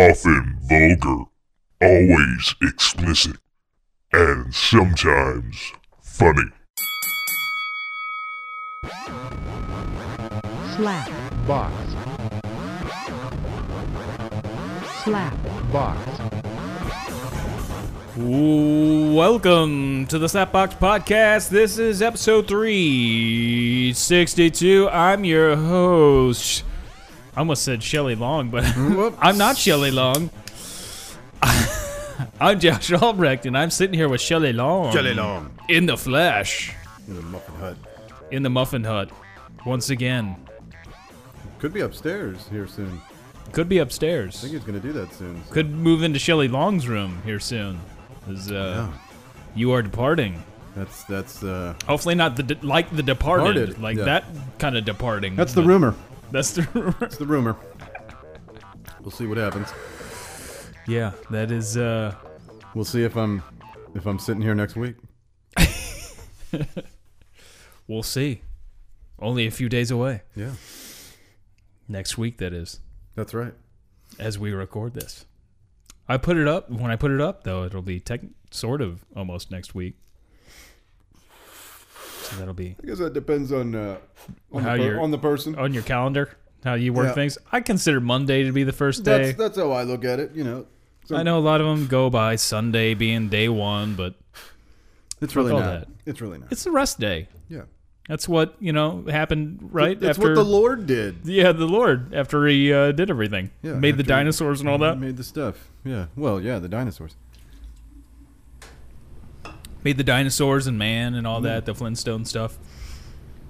often vulgar, always explicit, and sometimes funny. Slap box, slap box. Welcome to the Slapbox Podcast. This is episode 362. I'm your host. I almost said Shelley Long, but I'm not Shelley Long. I'm Josh Albrecht, and I'm sitting here with Shelley Long. Jelly long. In the flesh. Oh, In the muffin hut. In the Muffin Hut. Once again. Could be upstairs here soon. Could be I upstairs. think he's gonna do that soon. Could move into Shelley Long's room here soon. 'cause, uh, You are departing. That's that's uh Hopefully not the de- like the departed, Departed, like yeah. that kind of departing. that's the but- rumor. That's the rumor. It's the rumor. We'll see what happens. Yeah, that is. uh We'll see if I'm if I'm sitting here next week. We'll see. Only a few days away. Yeah, Next week, that is, that's right. as we record this. I put it up. When I put it up, though, it'll be tech, sort of almost next week. So that'll be I guess that depends on uh on, How the, per- you're- Oh, on the person. on your calendar how you work Yeah. things. I consider Monday to be the first day. that's that's how I look at it. You know, So- I know a lot of them go by Sunday being day one, but it's really all not. that. It's really not. it's the rest day. yeah, That's what you know happened right That's after what the Lord did. yeah the Lord after he uh, did everything Yeah, made the after he- dinosaurs and all that Made the stuff. Yeah. Well, yeah, the dinosaurs. made the dinosaurs and man and all that the Flintstone stuff.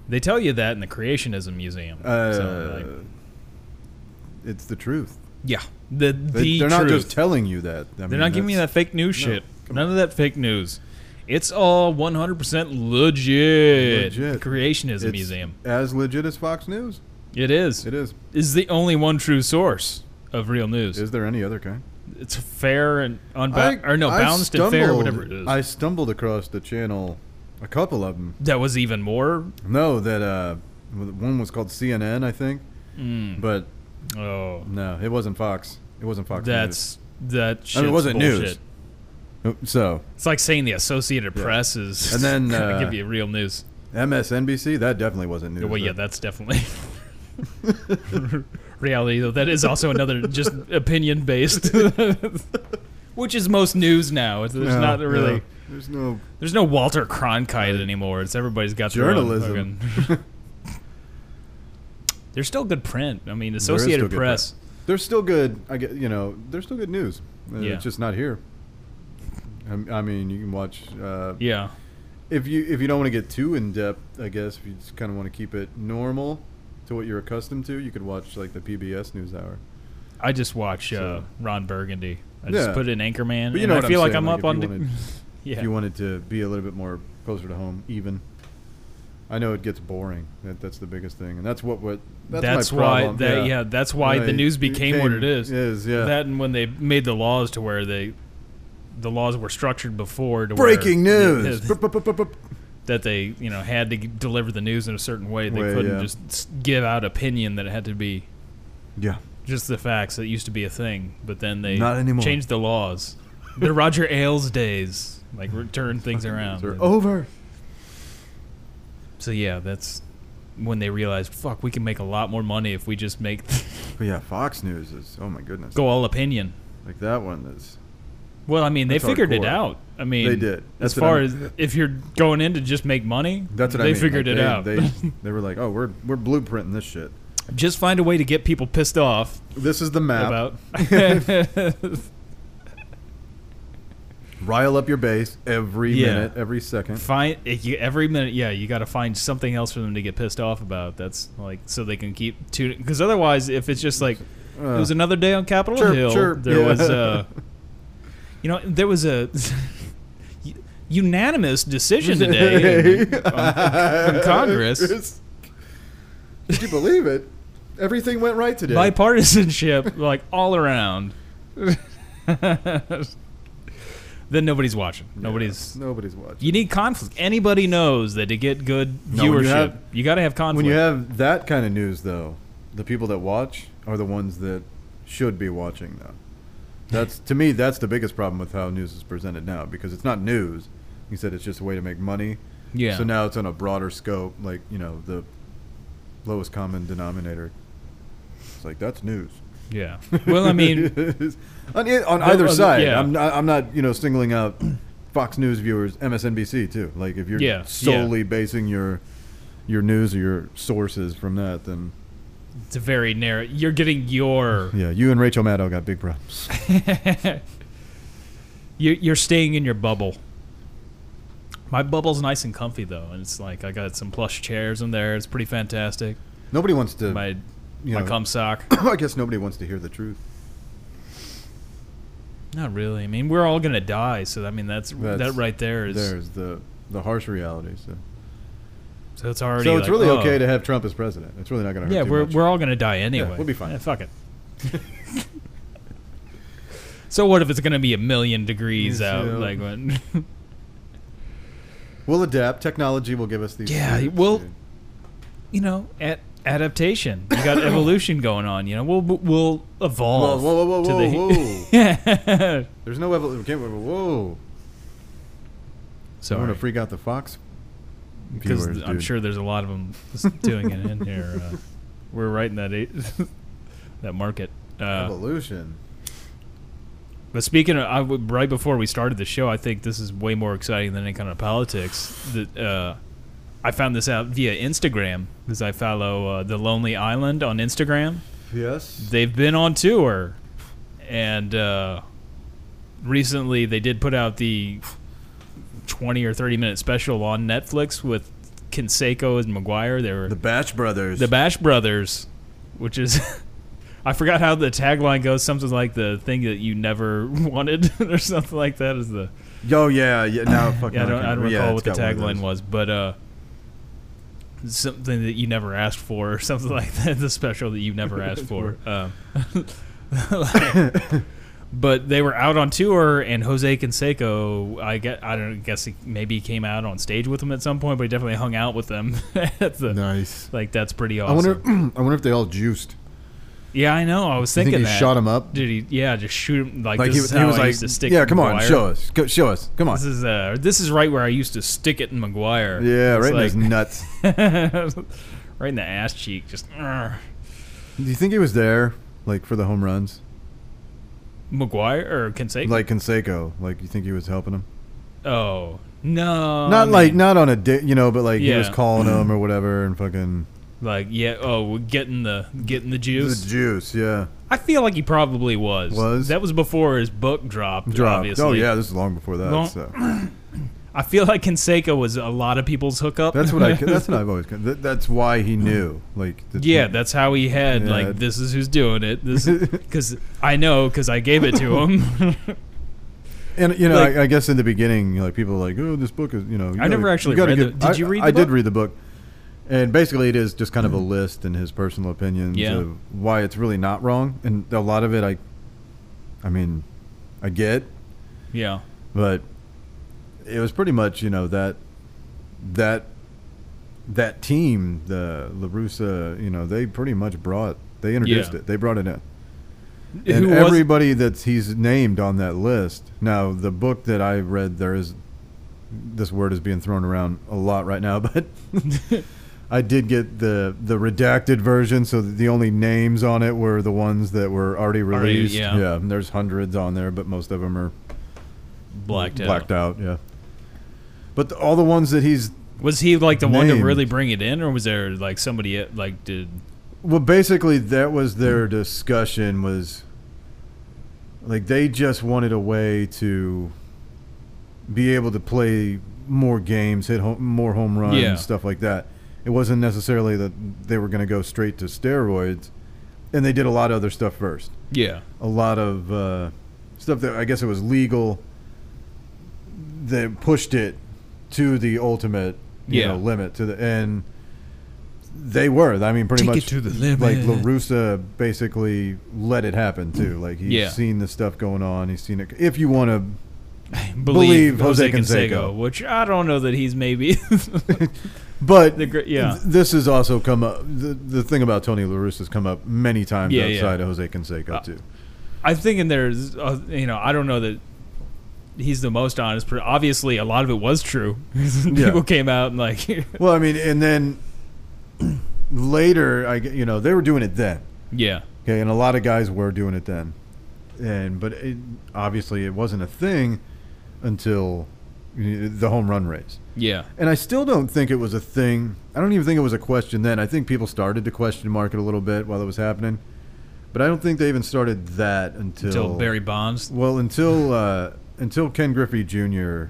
They tell you that in the Creationism Museum. Uh, So, like, it's the truth. yeah, the They, the they're truth. not just telling you that. I they're not giving me that fake news No, shit. come None of that fake news. It's all 100% legit. Legit. Creationism It's Museum. as legit as Fox News. It is. It is. Is the only one true source of real news. Is there any other kind? it's fair and unbound, or no, I balanced and fair, stumbled- whatever it is. I stumbled across the channel, a couple of them. that was even more. No, that uh, one was called CNN, I think. Hmm. But Oh, no, it wasn't Fox. It wasn't Fox. that's that. Shit's I mean, it wasn't bullshit. news. News. So It's like saying the Associated Yeah. Press is And then, gonna uh, give you real news. MSNBC, that definitely wasn't news. Well, yeah, That- that's definitely reality. Though that is also another just opinion based, which is most news now. It's, there's no, not really. no, there's no There's no Walter Cronkite anymore. It's everybody's got their own journalism. fucking- There's still good print. I mean, There is still Associated good Press. press. They're still good. I get you know. They're still good news. Uh, Yeah. It's just not here. I, I mean, you can watch uh, Yeah, if you if you don't want to get too in depth. I guess if you just kind of want to keep it normal to what you're accustomed to, you could watch like the PBS NewsHour. I just watch uh, So- Ron Burgundy. I just Yeah. put in Anchorman, But you and know I what I'm feel like saying, I'm like, up if on. you the- wanted- yeah, If you wanted to be a little bit more closer to home, even. I know it gets boring. That, that's the biggest thing, and that's what what that's, my that's, why problem. that yeah. that's why When the I news became what it became- is. is, yeah. That and when they made the laws to where they the laws were structured before to breaking where, news. P-p-p-p-p-p. that they you know had to g- deliver the news in a certain way. They Way, couldn't yeah. just s- give out opinion that it had to be Yeah, just the facts that used to be a thing, but then they Not anymore. changed the laws. the Roger Ailes days like re- turned things around. they're over. So yeah, that's when they realized fuck we can make a lot more money if we just make But yeah, Fox News is oh my goodness. go all opinion. Like that one is Well, I mean, they That's figured hardcore. it out. I mean, They did. That's as what far I as mean. if you're going in to just make money, that's what they I mean. figured Like, it they- out. They they were like, "Oh, we're we're blueprinting this shit. just find a way to get people pissed off This is the map. about. Rile up your base every Yeah. minute, every second. find if you, every minute. Yeah, you got to find something else for them to get pissed off about. That's like so they can keep tuning. Because otherwise, if it's just like it was another day on Capitol Uh. chirp, Hill, chirp. there Yeah. was uh, you know, there was a. Unanimous decision today in- on- from Congress Did you believe it? Everything went right today. bipartisanship like all around then nobody's watching nobody's nobody's watching. you need conflict anybody knows that to get good No, when you viewership you, have- got to have conflict when you have that kind of news, though, the people that watch are the ones that should be watching though. That's to me that's the biggest problem with how news is presented now because it's not news. You said it's just a way to make money. Yeah. So now it's on a broader scope, like you know the lowest common denominator. It's like that's news. yeah. Well, I mean, on, e- on The either other- side, yeah. I'm not, I'm not you know singling out Fox News viewers, MSNBC too. Like if you're Yeah, yeah. solely basing your your news or your sources from that, then it's a very narrow. You're getting your yeah, you and Rachel Maddow got big problems. you- you're staying in your bubble. My bubble's nice and comfy though, and it's like I got some plush chairs in there. It's pretty fantastic. Nobody wants to. My you my know, cum sock. I guess nobody wants to hear the truth. Not really. I mean, we're all gonna die, so I mean that's, that That's- right there is There's the the harsh reality. So, so it's already. so it's like, really oh. okay to have Trump as president. It's really not going to hurt. Yeah, too we're much. we're all gonna die anyway. we'll be fine. Yeah, fuck it. so what if it's gonna be a million degrees Yeah. out? Like when? we'll adapt. Technology will give us these. Yeah, these- we'll- you know, at adaptation. You got evolution going on. You know, we'll we'll evolve. Whoa, whoa, whoa, to the- whoa, whoa. yeah. There's no evolution. Whoa! I want Sorry, to freak out the Fox. because viewers, I'm dude. sure there's a lot of them doing it in here. Uh, we're right in that eight, that market. Uh, evolution. but speaking of, I w- right before we started the show, I think this is way more exciting than any kind of politics. That uh, I found this out via Instagram because I follow uh, the Lonely Island on Instagram. Yes. they've been on tour and uh, recently they did put out the 20 or 30 minute special on netflix with Canseco and mcguire they were the, The Batch Brothers. bash brothers which is i forgot how the tagline goes something like the thing that you never wanted or something like that is the Yo, yeah, yeah. Now, fucking. yeah, I don't, I don't yeah, recall it's what the got one of tagline those. was, but uh, something that you never asked for, or something like that. The special that you never asked for. Um, like- but they were out on tour, and Jose Canseco, I get, I don't guess he maybe he came out on stage with them at some point, but he definitely hung out with them. at the, Nice. Like that's pretty I awesome. wonder. I wonder if they all juiced. yeah, I know. I was You thinking think he that. shot him up. Dude, he, yeah, just shoot him like, Like this he, is he how was I like, used to stick. yeah, come on, McGuire. show us, Go, show us, come on. This is uh, this is right where I used to stick it in McGuire. Yeah, It's right like- in his nuts. right in the ass cheek. Just "Argh." Do you think he was there, like for the home runs, McGuire or Canseco. like Conseco? Like you think he was helping him? oh no, not I like mean, not on a date, you know, but like he was Yeah. calling him or whatever, and fucking like yeah. Oh, we're getting the getting the the juice. juice, yeah, I feel like he probably was. Was? that was before his book dropped? drop. Obviously. Oh yeah, this is long before that. Long- so. I feel like Canseco was a lot of people's hookup. That's what I. That's what I've always. Th- that's why he knew. Like. the- Mm. Yeah, that's how he had Yeah. like this is who's doing it. This because I know because I gave it to him. and you know, like- I, I guess in the beginning, like people were like, oh, this book is, you know. You I never gotta- actually you gotta read the- get- did I- you read the I did book? Mm. read the book, and basically it is just kind of a list and his personal opinions Yeah. of why it's really not wrong, and a lot of it, I, I mean, I get, yeah, but it was pretty much you know that that that team the larussa you know they pretty much brought they introduced Yeah. it they brought it in Who and was- everybody that's he's named on that list now the book that i read there is this word is being thrown around a lot right now but i did get the the redacted version so the only names on it were the ones that were already Already, released yeah. yeah and there's hundreds on there but most of them are blacked out. blacked out. Yeah. But the, all the ones that he's Was he like the one to Named. really bring it in, or was there like somebody e- like did? well, basically that was their discussion was like they just wanted a way to be able to play more games, hit home, more home runs, Yeah. stuff like that. It wasn't necessarily that they were going to go straight to steroids, and they did a lot of other stuff first. Yeah, a lot of uh, stuff that I guess it was legal that pushed it to the ultimate you Yeah. know, limit to the and they were I mean pretty Take it much to the like limit. Larusa basically let it happen too like he's Yeah. seen the stuff going on he's seen it if you want to believe, Believe Jose, Jose Canseco, Canseco. which I don't know that he's maybe. but The gr- yeah. th- this has also come up the, the thing about Tony Larusa has come up many times Yeah, Uh, yeah. outside of Jose Canseco too I'm thinking there's, uh, you know, I don't know that he's the most honest. per- Obviously, a lot of it was true. People Yeah. came out and like, Well, I mean, and then later, I g- you know they were doing it then. yeah, Okay, and a lot of guys were doing it then, and but it, obviously it wasn't a thing until uh, the home run race. yeah, And I still don't think it was a thing. I don't even think it was a question then. I think people started to question mark it a little bit while it was happening, but I don't think they even started that until, until Barry Bonds. Well, until uh, until Ken Griffey Jr.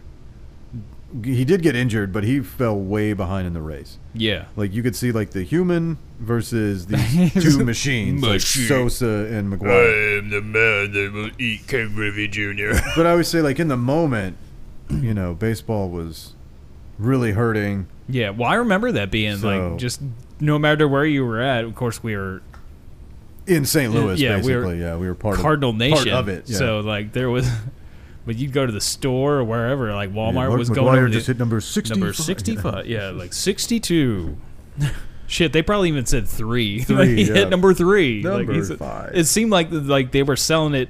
He did get injured, but he fell way behind in the race. Yeah, Like you could see, like the human versus these two machines, like Machine. Sosa and McGuire. am the man that will eat Ken Griffey Jr. But I would say, like in the moment, you know, baseball was really hurting. yeah, well, I remember that being So- like just no matter where you were at. Of course, we were in St. Louis, Yeah, we basically. were yeah, we were part Cardinal of, Nation part of it. yeah. So like there was, but you'd go to the store or wherever. Like Yeah, Walmart Mark was McGwire going over the- just hit number sixty. number sixty-five. Yeah, like sixty-two. Shit, they probably even said three. Like, he Three, yeah. hit number three. Like, Number he's a- five. It seemed like like they were selling it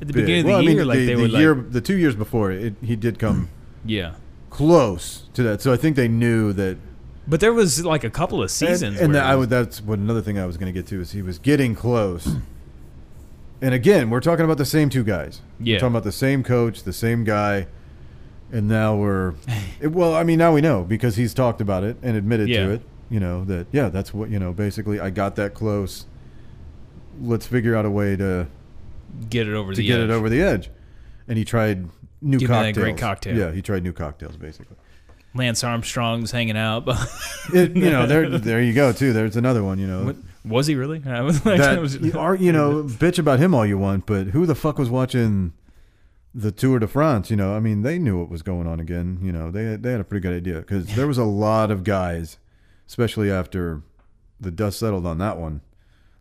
at the beginning of the well, year. I mean, like the, they the were year, like, the two years before it, he did come yeah. close to that. So I think they knew that. But there was like a couple of seasons. and, and where that, it I was- would, that's what another thing I was going to get to is he was getting close. And again, we're talking about the same two guys. Yeah. We're talking about the same coach, the same guy. And now we're, it- well, I mean, now we know because he's talked about it and admitted Yeah. to it, you know, that, yeah, that's what, you know, basically I got that close. Let's figure out a way to, get it over to the get edge. it over the edge. And he tried new Give me that cocktails. great cocktail. Yeah, he tried new cocktails, basically. Lance Armstrong's hanging out. but- It, you know, there, there you go, too. There's another one, you know. What- was he really? I was like, I was- that you are you know bitch about him all you want, but who the fuck was watching the Tour de France? You know, I mean, they knew what was going on again. You know, they they had a pretty good idea because there was a lot of guys, especially after the dust settled on that one.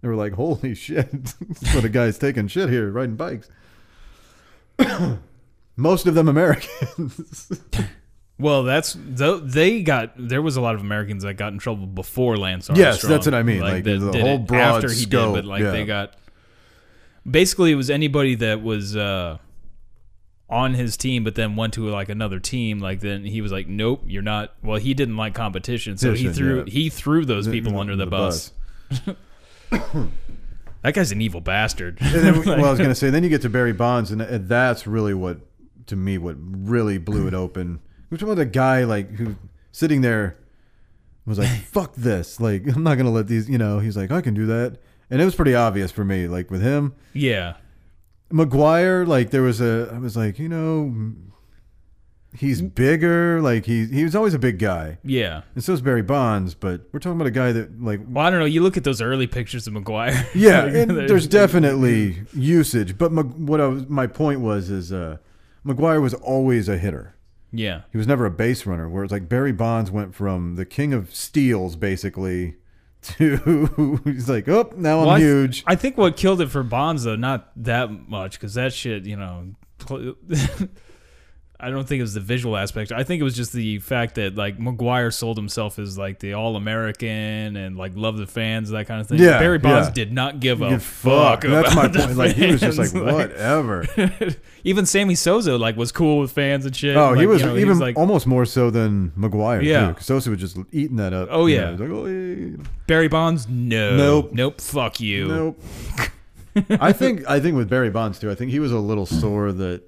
They were like, "Holy shit!" so the guys taking shit here, riding bikes. Most of them Americans. Well, that's tho- they got. There was a lot of Americans that got in trouble before Lance Armstrong. Yes, that's what I mean, like, that the did whole it broad after he scope, did, but like yeah. they got. Basically, it was anybody that was uh, on his team, but then went to like another team. Like then he was like, "Nope, you're not." Well, he didn't like competition, so he Competition, threw yeah. he threw those people under the, bus. That guy's an evil bastard. And then, well, I was gonna say, then you get to Barry Bonds, and, and that's really what, to me, what really blew it open. Which was a guy like who sitting there was like, "Fuck this! Like, I'm not gonna let these." You know, he's like, "I can do that," and it was pretty obvious for me. Like with him, yeah, McGuire, like there was a, I was like, you know, he's bigger. Like he he was always a big guy, yeah. and so is Barry Bonds. But we're talking about a guy that like Well, I don't know. You look at those early pictures of McGuire. Yeah, and there's definitely usage, but Mag- what I was, my point was is uh, McGuire was always a hitter. yeah, He was never a base runner. Whereas like Barry Bonds went from the king of steals basically to he's like, oh, now I'm Well, I th- huge. I think what killed it for Bonds though, not that much, because that shit, you know. cl- I don't think it was the visual aspect. I think it was just the fact that like McGuire sold himself as like the all American and like love the fans that kind of thing. Yeah, Barry Bonds yeah. did not give You a fuck. And That's my about the point. Like he was just like fans. whatever. Even Sammy Sosa like was cool with fans and shit. Oh, he Like, was you know, even like almost more so than McGuire. Yeah. Yeah, too, Sosa was just eating that up. Oh, You yeah. know, he's like, "Oh, yeah, yeah, yeah." Barry Bonds. No, Nope. nope. Fuck you. Nope. I think I think with Barry Bonds too. I think he was a little sore that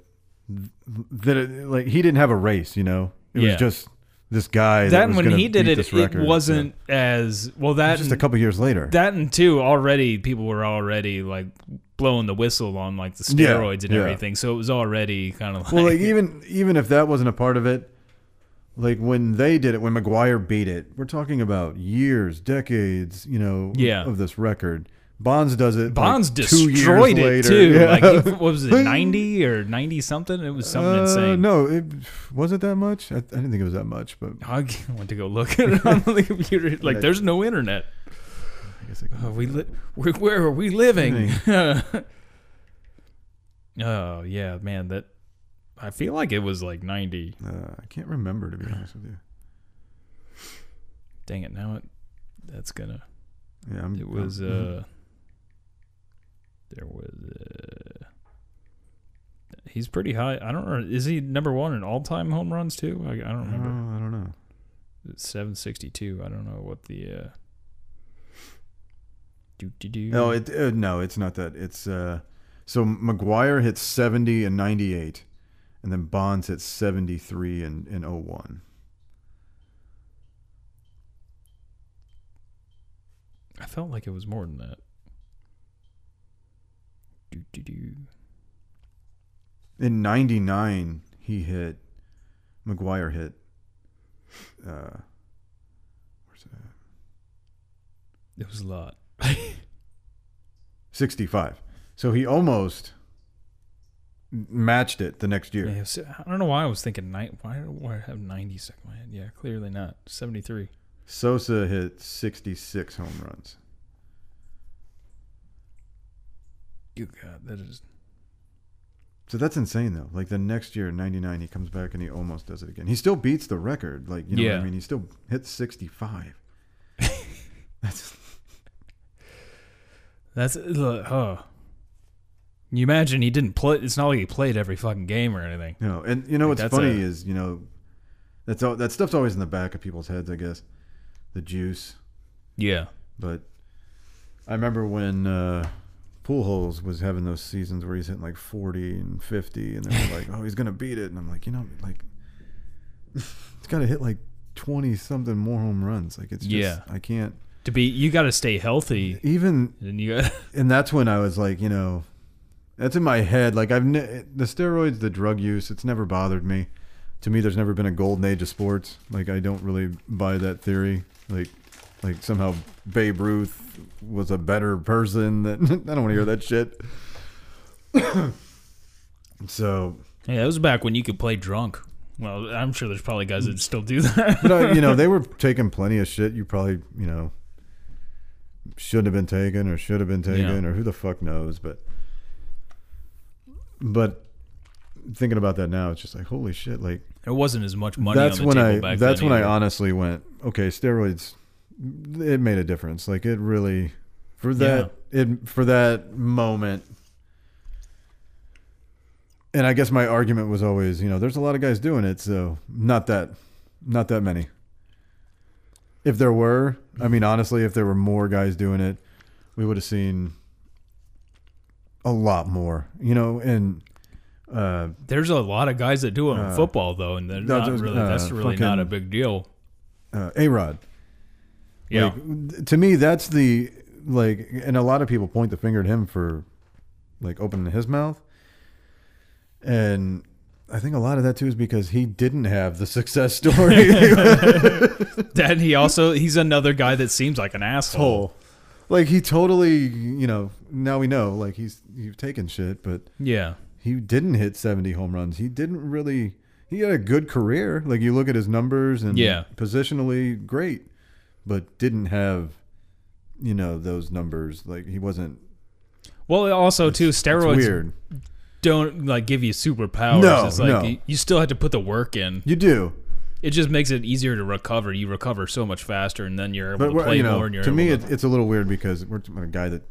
that it, like he didn't have a race. You know, it Yeah. was just this guy. That, That was when gonna he did beat it, this it, record. wasn't as well. That Yeah. just a and- couple years later. that and two already people were already like blowing the whistle on like the Yeah, steroids and yeah. everything so it was already kind of like, well, like even even if that wasn't a part of it, like when they did it, when McGuire beat it, we're talking about years, decades. You know, Yeah. of this record. Bonds does it. like, bonds two years destroyed it later. too Yeah. like he- what was it Bing. 90 or 90 something it was something Uh, insane No, it was it that much. I, I didn't think it was that much, but I went to go look at it on the computer. Like, there's no internet. I guess it Oh, we li- where, where are we living? oh yeah, man. That I feel like it was like 90. Uh, I can't remember to be honest with you. Dang it! uh, Now it that's gonna. Mm-hmm. Yeah, I'm, It was I'm- uh There was. Uh, he's pretty high. I don't know. Is he number one in all time home runs too? I, I don't I remember. don't- I don't know. Seven sixty two. I don't know what the. Uh, do do do. No, it uh, no, it's not that. It's uh, so McGuire hit 70 and 98, and then Bonds hit 73 and and 01. I felt like it was more than that. Do do do. In 99, he hit McGuire hit. Uh, where's that? It was a lot. 65. So he almost matched it the next year. Yeah, it was- I don't know why I was thinking nine. Why why I have ninety stuck in my head? Yeah, clearly not seventy three. Sosa hit 66 home runs. Good God, that is So that's insane, though. Like the next year, '99, he comes back and he almost does it again. He still beats the record. Like you know what Yeah. I mean? He still hits 65. that's that's uh, huh. You imagine he didn't play. It's not like he played every fucking game or anything. no. And you know what's That's funny a- is you know that's all, that stuff's always in the back of people's heads, I guess. The juice, Yeah, but I remember when uh, Pujols was having those seasons where he's hitting like 40 and 50, and they're like, "Oh, he's gonna beat it," and I'm like, you know, like he's got to hit like 20 something more home runs. Like it's just, Yeah. I can't. to be you got to stay healthy, Even and you got and that's when I was like, you know, that's in my head. Like I've ne- the steroids, the drug use, it's never bothered me. To me, there's never been a golden age of sports. Like I don't really buy that theory. Like, like somehow Babe Ruth was a better person. That I don't want to hear that shit. so, yeah. That was back when you could play drunk. Well, I'm sure there's probably guys that still do that. but I, you know, they were taking plenty of shit. You probably, you know, should have been taken or should have been taken or who the fuck knows. But, but thinking about that now, it's just like holy shit. Like there wasn't as much money. that's on the when table I Back that's then when I either. honestly went okay. Steroids, it made a difference. Like it really for that it for that moment. And I guess my argument was always, you know, there's a lot of guys doing it, so not that, not that many. If there were, I mean, honestly, if there were more guys doing it, we would have seen a lot more, you know. And uh, There's a lot of guys that do it in Uh, football though, and they're no, not there's- really. uh, that's really not a fucking- big deal. uh, A Rod, Yeah, Like, th- to me, that's the like, and a lot of people point the finger at him for like opening his mouth, and I think a lot of that too is because he didn't have the success story. Then he also he's another guy that seems like an asshole. Whole. Like he totally, you know. Now we know, like he's he's taken shit, but Yeah, he didn't hit seventy home runs. He didn't really. He had a good career. Like you look at his numbers and Yeah. positionally great, but didn't have, you know, those numbers. Like he wasn't Well, also too, steroids It's weird. don't like give you superpowers. No, it's like no. you, you still had to put the work in. You do, It just makes it easier to recover. You recover so much faster, and then you're able but to we're- play you know, more. And you're to me, able it, it's a little weird because we're talking about a guy that,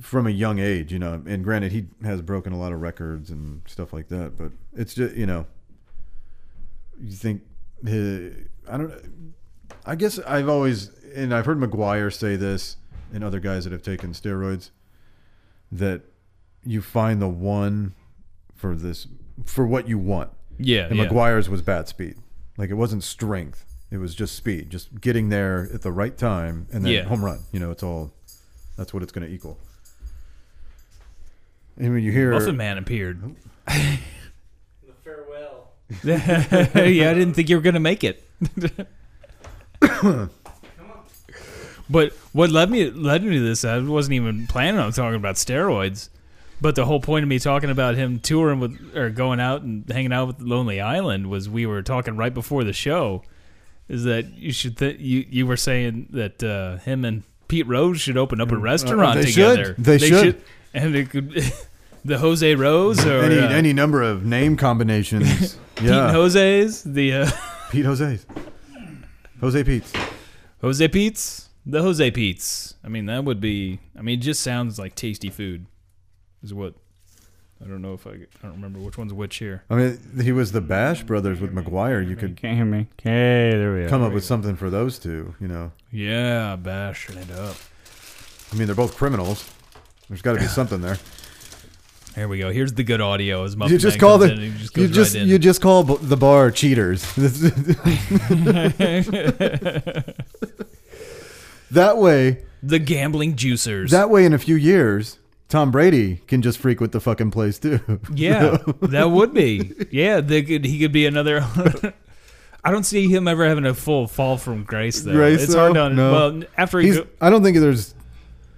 from a young age, you know, and granted, he has broken a lot of records and stuff like that. But it's just, you know, you think, eh, I don't, I guess I've always, and I've heard McGuire say this, and other guys that have taken steroids, that you find the one for this for what you want. yeah, And yeah. McGuire's was bat speed. Like it wasn't strength. It was just speed, just getting there at the right time and then Yeah. home run. You know, it's all that's what it's going to equal. And when you hear Muffin Man appeared. The farewell. yeah, I didn't think you were gonna make it. but what led me led me to this, I wasn't even planning on talking about steroids. But the whole point of me talking about him touring with or going out and hanging out with Lonely Island was we were talking right before the show. Is that you should th- you you were saying that uh, him and Pete Rose should open up a restaurant Mm, uh, they should. together. They should. and it could the Jose Rose or any uh, any number of name combinations, Pete and yeah, Jose's the. Uh, Pete Jose's, Jose Pete's, Jose Pete's. The Jose Pete's. I mean, that would be. I mean, it just sounds like tasty food. Is what. I don't know if I. I don't remember which one's which here. I mean, he was the Bash Brothers with McGuire. You could Can't hear me. Okay, there we go. come up with something for those two. You know, Yeah, bashing it up. I mean, they're both criminals. There's got to be something there. Here we go. Here's the good audio. As Muffin You just Man call comes the in and he just you goes just right in. you just call b- the bar cheaters. that way, the gambling juicers. that way, in a few years, Tom Brady can just frequent the fucking place too. yeah, that would be. Yeah, they could, he could be another. I don't see him ever having a full fall from grace though. Grace, it's hard though? to No. well after he He's, go, I don't think there's.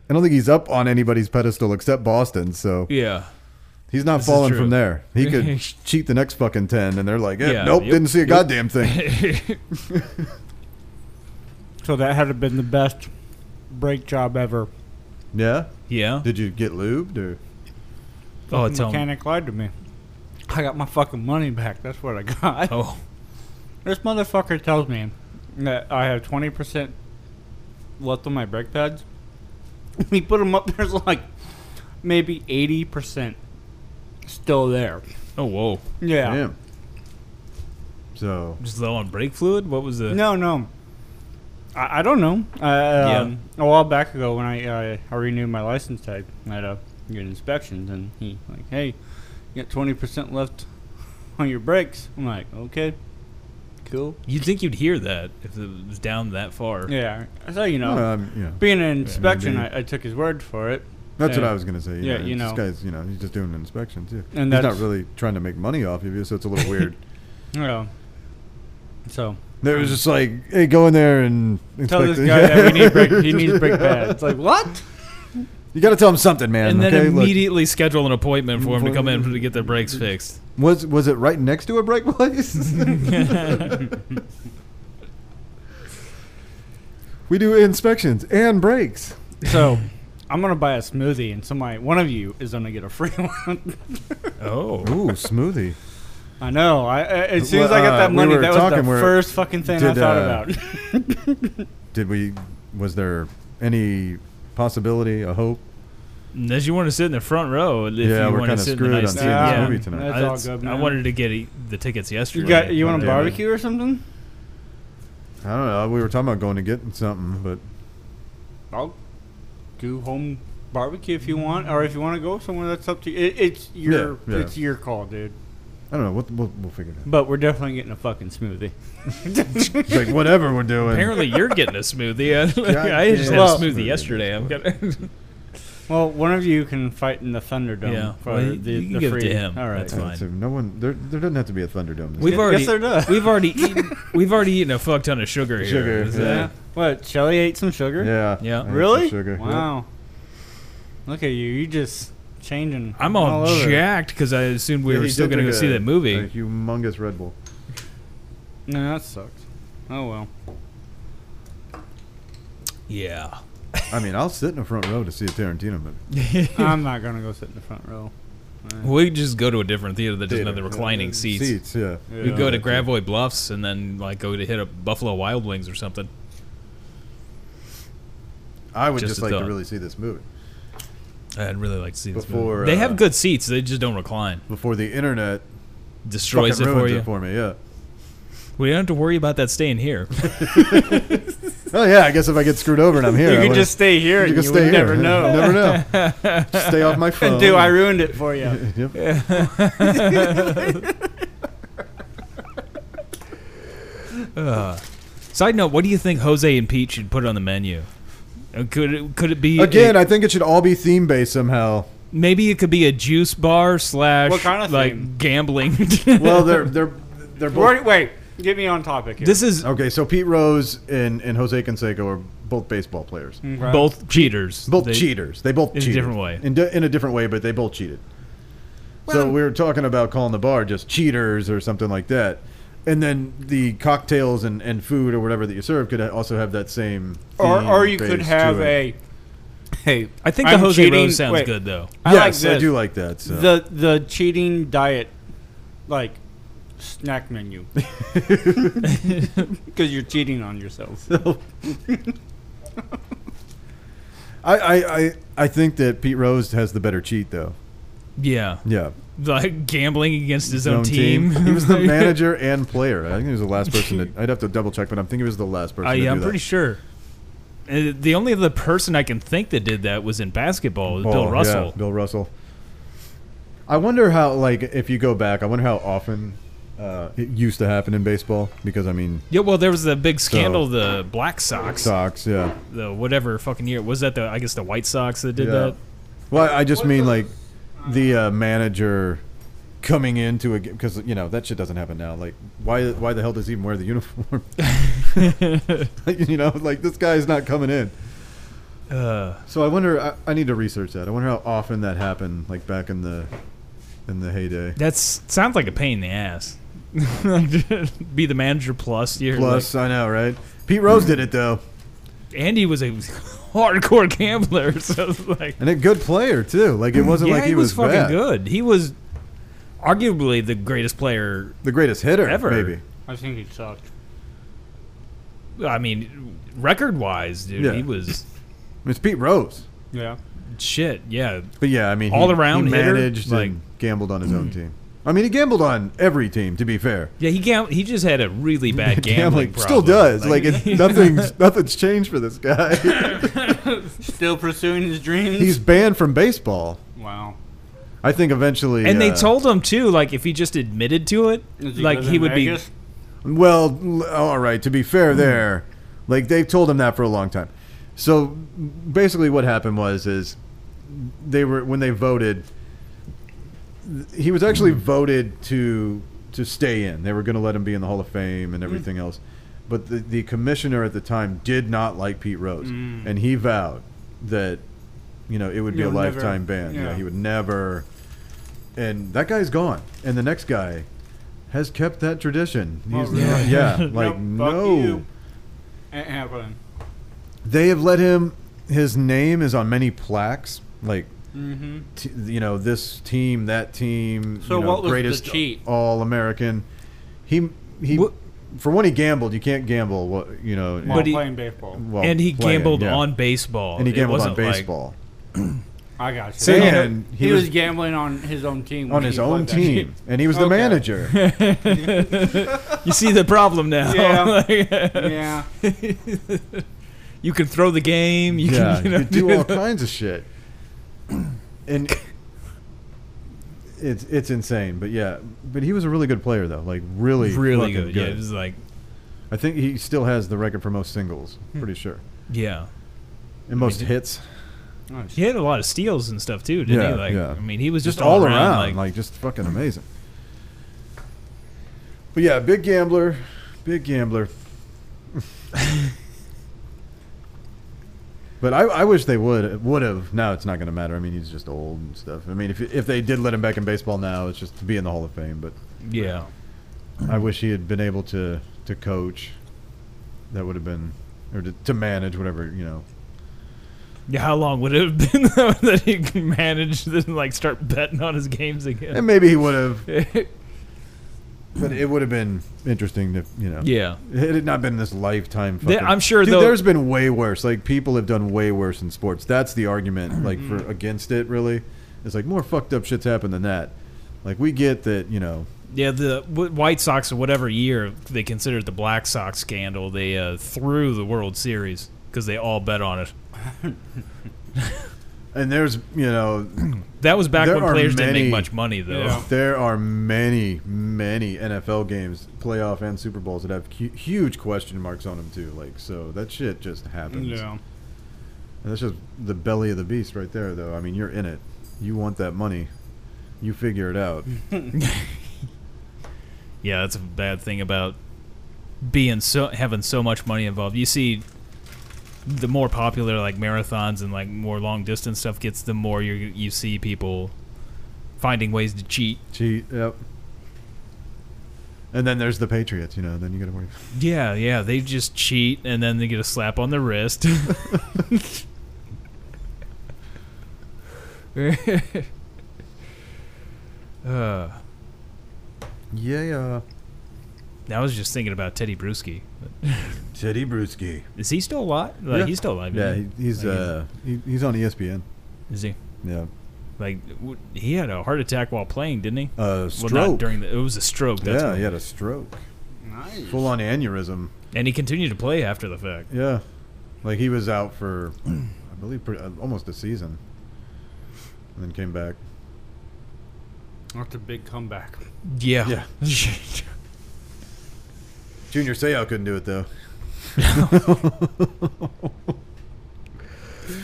I don't think he's up on anybody's pedestal except Boston, so yeah. he's not is falling true. from there. He could cheat the next fucking ten, and they're like, eh, Yeah, "Nope, yep, didn't see a yep. goddamn thing." So that had to been the best break job ever. yeah, yeah. did you get lubed or? Oh, Fucking tell me. mechanic lied to me. I got my fucking money back. That's what I got. Oh, This motherfucker tells me that I have twenty percent left on my brake pads. We put them up. There's like maybe eighty percent still there. oh, whoa. Yeah. Damn. So Just low on brake fluid. What was the? No, no. I, I don't know. Uh, um, a while back ago, when I uh, I renewed my license tag, I had a good inspections, and he like, hey, you got twenty percent left on your brakes. I'm like, okay, cool. You'd think you'd hear that if it was down that far. Yeah. So you know, well, I'm- yeah, being an inspection, maybe. I, I took his word for it. that's what yeah. I was gonna say. Yeah, you know. this guy's you know he's just doing an inspection too. And he's not that's- really trying to make money off of you, so it's a little weird. You know. So There was just like, hey, go in there and tell inspect this it." guy that we need brake. He needs brake pads. It's like what? you got to tell him something, man. And then okay? Look, Mm-hmm. immediately schedule an appointment for him to come in to get their brakes fixed. was was it right next to a break place? we do inspections and breaks. So I'm gonna buy a smoothie, and somebody, one of you, is gonna get a free one. Oh, Ooh, smoothie. I know. I, I as soon Well, as I got uh, that we money, were that was the talking where- first fucking thing I Did, thought uh, about. Did we? Was there any possibility, a hope? unless you want to sit in the front row. If Yeah, you we're want to kinda sit in screwed the on nice seeing seat. this yeah. movie tonight. That's I, all good, I man. wanted to get e- the tickets yesterday. you got you want a Yeah. barbecue or something? I don't know. We were talking about going to get something, but I'll do home barbecue if you want, or if you want to go somewhere, that's up to you. It, it's your Yeah, yeah. it's your call, dude. I don't know. We'll, we'll, we'll figure it out. But we're definitely getting a fucking smoothie. It's like whatever we're doing. Apparently, you're getting a smoothie. I, I just had a Well- smoothie yesterday. I'm gonna. Well, one of you can fight in the Thunderdome Yeah, for well, you- the, you can the give it free. to him. All right. That's Yeah, fine. so no one. There, there doesn't have to be a Thunderdome. This We've Yes, already there does. we've already eaten we've already eaten a fuck ton of sugar here. Sugar, Is yeah. that- What? Shelly ate some sugar. Yeah. Yeah. I had some Really? Sugar. Wow. Look at you. You just changing. I'm all, over. jacked because I assumed we Yeah, were he still did going to go drink see a- that movie. A humongous Red Bull. No, that sucks. Oh well. Yeah. I mean, I'll sit in the front row to see a Tarantino movie. I'm not gonna go sit in the front row. We just go to a different theater that doesn't have the Theater. reclining Uh, seats. Seats, yeah. We Yeah. go to Gravoy Bluffs and then like go to hit up Buffalo Wild Wings or something. I would Just just, a like thought. to really see this movie I'd really like to see this movie. Before, They uh, have good seats. They just don't recline. before the internet Destroys it fucking for ruins you. it for me. Yeah. we don't have to worry about that staying here. Oh yeah. I guess if I get screwed over and I'm here, You I could would- just stay here. you and could you stay would here. never Yeah, know. Never know. Just stay off my phone. Do I ruined it for you? Yep. Side note: What do you think Jose and Pete should put on the menu? Uh, Could it, could it be Again, a- I think it should all be theme based somehow. maybe it could be a juice bar slash What kind of like theme? gambling. Well, they're they're they're both. Wait, wait, get me on topic. Here. this is Okay, so Pete Rose and, and Jose Canseco are both baseball players. Hmm. Okay. both cheaters. Both They- cheaters. They both in a cheated. different way. In, di- in a different way, but they both cheated. so we were talking about calling the bar just cheaters or something like that. And then the cocktails and, and food or whatever that you serve could also have that same. or theme or you could base have to it. a. Hey, I think the I'm Jose cheating- Rose sounds wait. good though. I like yes, this. I do like that. So. the the cheating diet, like snack menu, because you're cheating on yourself. I, I, I, I think that Pete Rose has the better cheat though. Yeah, Yeah, like gambling against his His own, own team. He was the manager and player. I think he was the last person. To, I'd have to double check, but I'm thinking he was the last person. I, to do am that. pretty sure. Uh, The only other person I can think that did that was in basketball, was Oh, Bill yeah, Russell. Bill Russell. I wonder how, like, if you go back, I wonder how often uh, it used to happen in baseball because I mean, Yeah, well, there was the big scandal, the Black Sox, Sox, yeah. the whatever fucking year was that? The I guess the White Sox that did Yeah. that. Well, I just mean like the uh, manager coming into a because you know that shit doesn't happen now. Like, why why the hell does he even wear the uniform? you know, like this guy's not coming in. Uh, So I wonder. I, I need to research that. I wonder how often that happened, like back in the in the heyday. that's sounds like a pain in the ass. Like, Be the manager plus year. Plus, I know, right? Pete Rose did it though, Andy was a hardcore gambler, so it's like and a good player too. Like it wasn't yeah, like he, he was, fucking bad. good. He was arguably the greatest player. The greatest hitter Ever. maybe. I think he sucked. I mean, record wise, dude, Yeah. he was It's Pete Rose, Yeah. shit. Yeah, but yeah, I mean, he- All-around he hitter, mm. managed and gambled on his own team. I mean, he gambled on every team. To be fair, yeah. He gam- he just had a really bad gambling. problem. still does. Like, it's nothing's nothing's changed for this guy. Still pursuing his dreams. He's banned from baseball. wow. I think eventually. And they uh, told him too, like if he just admitted to it, Is like good he in would Vegas? Well, l- all right. To be fair, there, like they've told him that for a long time. So basically, what happened was is they were when they voted. th- He was actually voted to to stay in. They were going to let him be in the Hall of Fame and everything else, but the the commissioner at the time did not like Pete Rose, and he vowed that you know it Hmm. would be You'll a never- lifetime ban. Yeah. yeah. he would never. And that guy's gone, and the next guy has kept that tradition. Oh, He's really? not- yeah, like Nope, fuck no. you. Ain't happening. They have let him. His name is on many plaques, like Mm-hmm. t- you know this team, that team. So you know, what was the greatest cheat? All American. He he. What- For one, he gambled. You can't gamble. What you know? While But he- playing baseball. be, while and he playing, gambled yeah. on baseball. And he It gambled on wasn't like- baseball I got you. So, he, you know, And he he was, was- gambling on his own team. on when his he own played that team, and he was the Okay. manager. you see the problem now. Yeah. Like, yeah. you can throw the game. You yeah, can you know, you do all the- kinds of shit, and it's it's insane. But yeah, but he was a really good player though, like really, really fucking good. Yeah, it was like I think he still has the record for most singles, Hmm. pretty sure, yeah. and most hits. Nice. He had a lot of steals and stuff too, didn't Yeah, he? Like yeah. I mean, he was Just, just, all around, like, like, just fucking amazing. But yeah, big gambler, big gambler. but I, I wish they would would have. Now it's not going to matter. I mean, he's just old and stuff. I mean, if if they did let him back in baseball now, it's just to be in the Hall of Fame. But yeah. I wish he had been able to to coach. That would have been, or to, to manage whatever you know. Yeah, how long would it have been though, that he could manage to like start betting on his games And again? maybe he would have But it would have been interesting if you know. yeah. It had not been this lifetime. There- Fucking, I'm sure, Dude, though- there's been way worse. Like people have done way worse in sports. That's the argument, like for Mm-hmm. against it. Really, it's like more fucked up shits happened than that. Like we get that, you know. Yeah, the Wh- White Sox or whatever year they considered the Black Sox scandal, they uh, threw the World Series because they all bet on it. And there's, you know, That was back There when are players didn't many- make much money though. Yeah. there are many, many NFL games, playoff and Super Bowls that have hu- huge question marks on them too. Like, so that shit just happens. Yeah. And that's just the belly of the beast right there, though. I mean, you're in it. You want that money. You figure it Mm-hmm. out. Yeah, that's a bad thing about being so having so much money involved. You see, the more popular like marathons and like more long distance stuff gets, the more you you see people finding ways to cheat. Cheat. Yep. And then there's the Patriots. You know, then you got to worry. Yeah, yeah, they just cheat and then they get a slap on the wrist. uh, Uh, Yeah, yeah. I was just thinking about Teddy Bruschi. Teddy Bruschi. Is he still alive? Like, Yeah. He's still alive. Yeah, isn't he, he's Like, uh, he, he's on ESPN. Is he? Yeah, Like w- he had a heart attack while playing, didn't he? uh, stroke. Well, not during the. It was a stroke. That's yeah, what- he had a stroke, Nice. full on aneurysm. And he continued to play after the fact. Yeah, like he was out for, I believe, pretty, uh, almost a season, and then came back. That's a big comeback. Yeah. Yeah. Junior Seau couldn't do it though.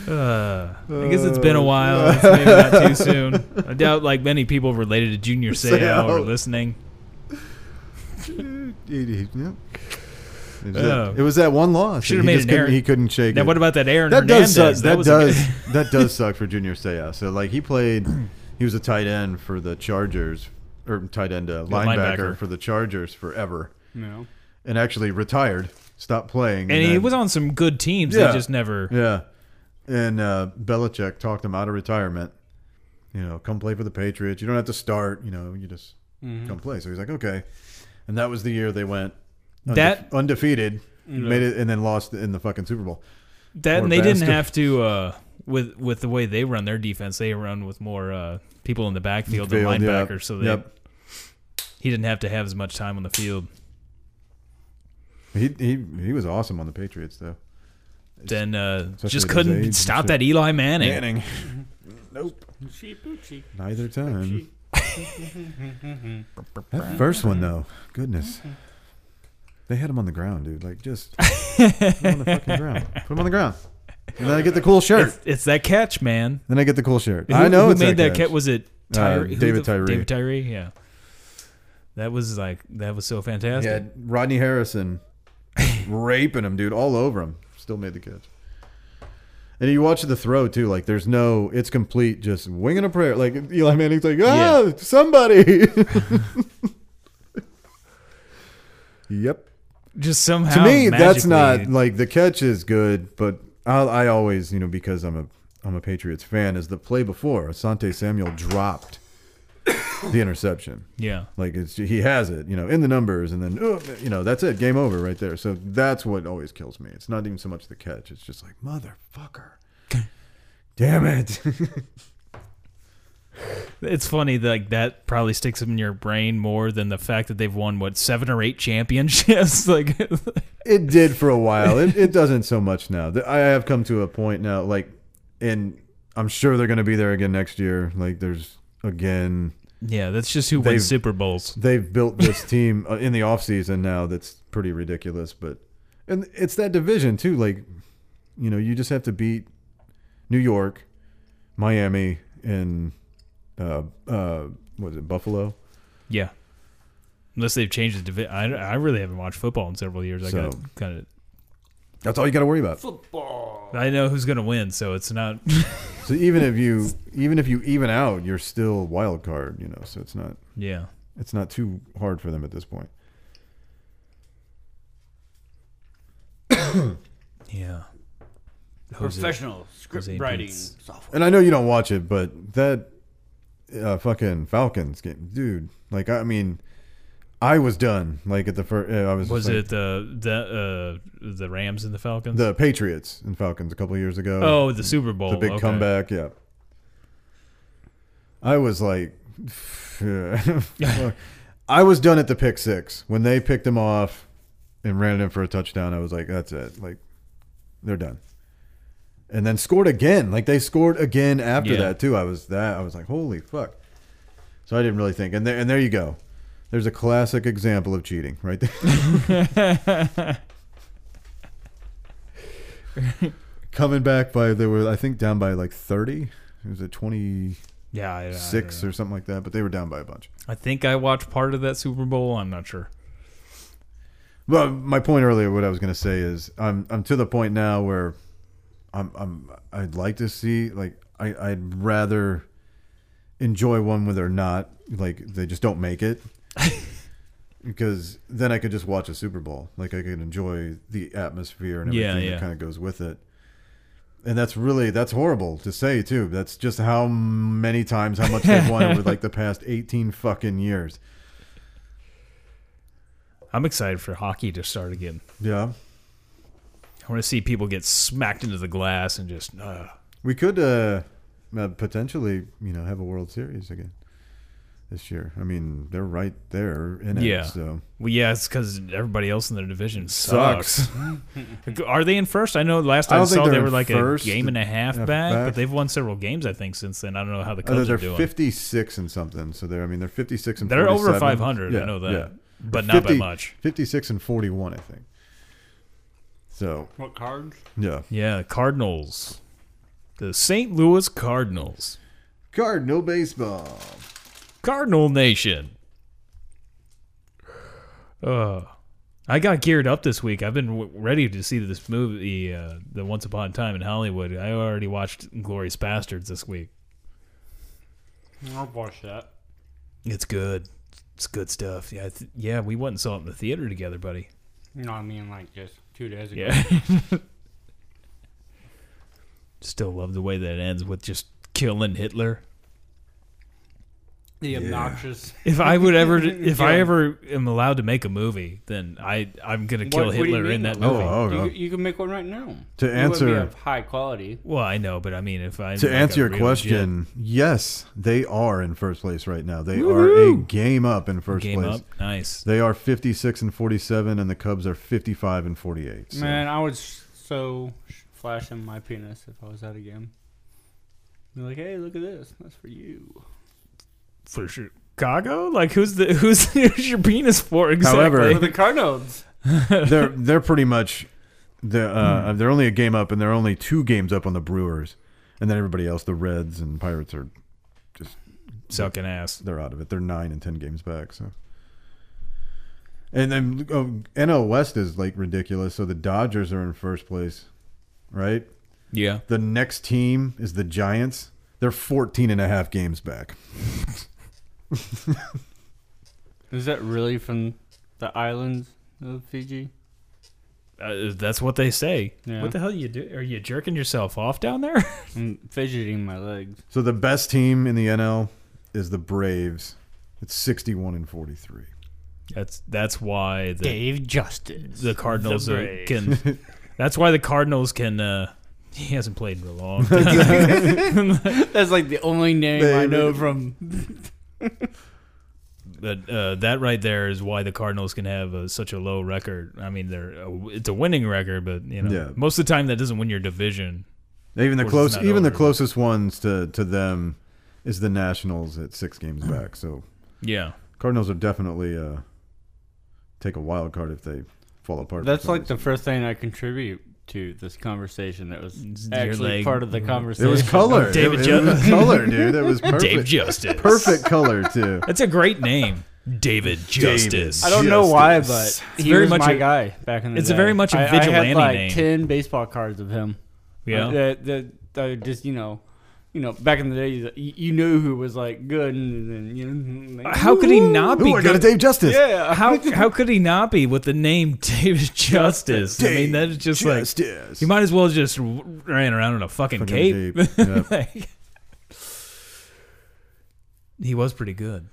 Uh, I guess it's been a while. It's maybe not too soon. I doubt like many people related to Junior Seau are Seau. listening. He- he- yeah. It was, Oh. that, it was that one loss. Should've He made just an couldn't- error. He couldn't shake Now, it. what about that Aaron that Hernandez? does suck. That, was a does good- that does suck for Junior Seau. So like he played, he was a tight end for the Chargers or tight end uh, linebacker, linebacker. for the Chargers forever, No. and actually retired, stopped playing, and he then- was on some good teams. Yeah. They just never. yeah. And uh, Belichick talked him out of retirement. You know, come play for the Patriots. You don't have to start. You know, you just come play. So he's like, okay. And that was the year they went undefe- That- undefeated, made it, and then lost in the fucking Super Bowl. That Or and they didn't bastard. have to uh, with with the way they run their defense. They run with more uh, people in the backfield than Field, yeah. linebackers, so they, Yep. he didn't have to have as much time on the field. He he he was awesome on the Patriots though. Then uh, Especially just with his age couldn't and stop shit. that Eli Manning. Neither time. that first one though, goodness. They had him on the ground, dude. Like just put him on the fucking ground. Put him on the ground. And then I get the cool shirt. It's, it's that catch, man. then I get the cool shirt. Who- I know who it's made that catch. catch. Was it Uh, Tyree? who David the f- Tyree. David Tyree. Yeah, that was like that was so fantastic. Yeah, Rodney Harrison raping him, dude, all over him. Still made the catch. And you watch the throw too. Like there's no, it's complete, just winging a prayer. Like Eli Manning's like, ah, Yeah. somebody. yep. Just somehow to me, that's not magically- like the catch is good, but I, I always, you know, because I'm a I'm a Patriots fan, is the play before Asante Samuel dropped the interception. yeah. Like it's he has it, you know, in the numbers, and then oh, you know that's it, game over right there. So that's what always kills me. It's not even so much the catch; it's just like motherfucker, damn it. It's funny that like, that probably sticks in your brain more than the fact that they've won what seven or eight championships. like, it did for a while. It, it doesn't so much now. The- I have come to a point now, like, and I'm sure they're going to be there again next year. Like, there's again yeah, that's just who They've- wins Super Bowls. they've built this team uh, in the offseason now that's pretty ridiculous but and it's that division too like you know you just have to beat new york miami and uh uh what is it buffalo Yeah, unless they've changed the division. I, I really haven't watched football in several years. I So- got kind of. that's all you got to worry about so I know who's gonna win, so it's not. even if you even if you even out you're still wild card you know so it's not yeah. it's not too hard for them at this point Yeah. Jose- Professional script Jose writing Dietz. software. and i know you don't watch it but that uh, fucking falcons game dude like i mean i was done like at the first i was, just Was like- it the the uh, the Rams and the Falcons? the Patriots and Falcons a couple years ago. oh, the Super Bowl. the big okay. comeback. Yeah, I was like, I was done at the pick six when they picked him off and ran it in for a touchdown. I was like, that's it. Like, they're done. And then scored again. Like they scored again after Yeah. that too. I was that. I was like, holy fuck. So I didn't really think. And there, and there you go. There's a classic example of cheating right there. coming back by they were I think down by like thirty. It was at twenty Yeah, I, I don't six know. or something like that, but they were down by a bunch. I think I watched part of that Super Bowl. I'm not sure. Well, my point earlier, what I was gonna say is, I'm I'm to the point now where I'm I'm I'd like to see like I I'd rather enjoy one whether or not like they just don't make it. Because then I could just watch a Super Bowl. Like I could enjoy the atmosphere and Yeah, everything yeah. that kind of goes with it. And that's really that's horrible to say too. That's just how many times how much they've won over like the past eighteen fucking years. I'm excited for hockey to start again. Yeah. I want to see people get smacked into the glass and just. Uh, We could uh, uh, potentially, you know, have a World Series again this year. I mean, they're right there in it. Yeah. So well, yeah, it's because everybody else in their division sucks. Are they in first? I know last I I, don't think saw they they're were in like first, a game and a half half back, back. but they've won several games I think since then. I don't know how the Although Cubs they're are doing. 56 and something. So they're, I mean, they're 56 and They're over 47. 500, I Yeah, know that. Yeah. But Or not by much. 56 and 41, I think. So, What cards? yeah. yeah, Cardinals, the St. Louis Cardinals, Cardinal baseball. Cardinal Nation. Uh, I got geared up this week. I've been w- ready to see this movie, uh, the Once Upon a Time in Hollywood. I already watched Glorious Bastards this week. I'll watch that. It's good. It's good stuff. Yeah, th- yeah. We went and saw it in the theater together, buddy. No, I mean like just two days ago. Yeah. Still love the way that it ends with just killing Hitler. The obnoxious. If I would ever, if I Yeah. ever am allowed to make a movie, then I I'm gonna kill What- what do you Hitler in mean? that Oh, movie. oh, You, no. you can make one right now. To It would be answer- of high quality. Well, I know, but I mean, if I To like answer a your real question, yes, they are in first place right now. They are a game up in legit first game place. up, nice. They are 56 and 47, and the Cubs are 55 and 48. So. Man, I would sh- so sh- flash him my penis if I was at a game. Be like, hey, look at this. That's for you. For Chicago, like who's the who's, who's your penis for exactly? However- For the Cardinals. they're they're pretty much they're uh, they're only a game up, and they're only two games up on the Brewers, and then everybody else, the Reds and Pirates, are sucking ass. they're out of it. They're nine and ten games back. So, and then oh, NL West is like ridiculous. So the Dodgers are in first place, right? Yeah, The next team is the Giants. They're 14 and a half games back. Is that really from the islands of Fiji? uh, that's what they say. Yeah. What the hell you do? Are you jerking yourself off down there? I'm fidgeting my legs. So the best team in the NL is the Braves. It's 61 and 43. That's that's why the Dave Justice. the Cardinals The are, Braves. can. That's why the Cardinals can. Uh, he hasn't played in a long. That's like the only name I They- know from. but uh, that right there is why the Cardinals can have uh, such a low record. I mean, they're uh, it's a winning record, but you know, Yeah. most of the time that doesn't win your division. Even the Of course, close, it's not even the over, but- closest ones to to them is the Nationals at six games back. So Yeah, Cardinals are definitely uh, take a wild card if they fall apart. for That's some like reason. the first thing I contribute to this conversation that was Your actually leg. part of the it conversation. was color. David it, it was Justice. color, dude. That was perfect. Dave Justice. perfect color too. That's a great name, David Justice. I don't know why, but Justice. he very was much my a- guy back in the it's a day. very much a I- I vigilante had like name. ten baseball cards of him. Yeah. Uh, that that that just you know, you know, back in the day, you- you knew who was like good, and then you know, like, How could he not be? Ooh, I got a good- Dave Justice. Yeah, How how could he not be with the name David Justice? I mean, that is just like Justice. You might as well just r- ran around in a fucking, Fucking cape. deep. Yep. Like- he was pretty good.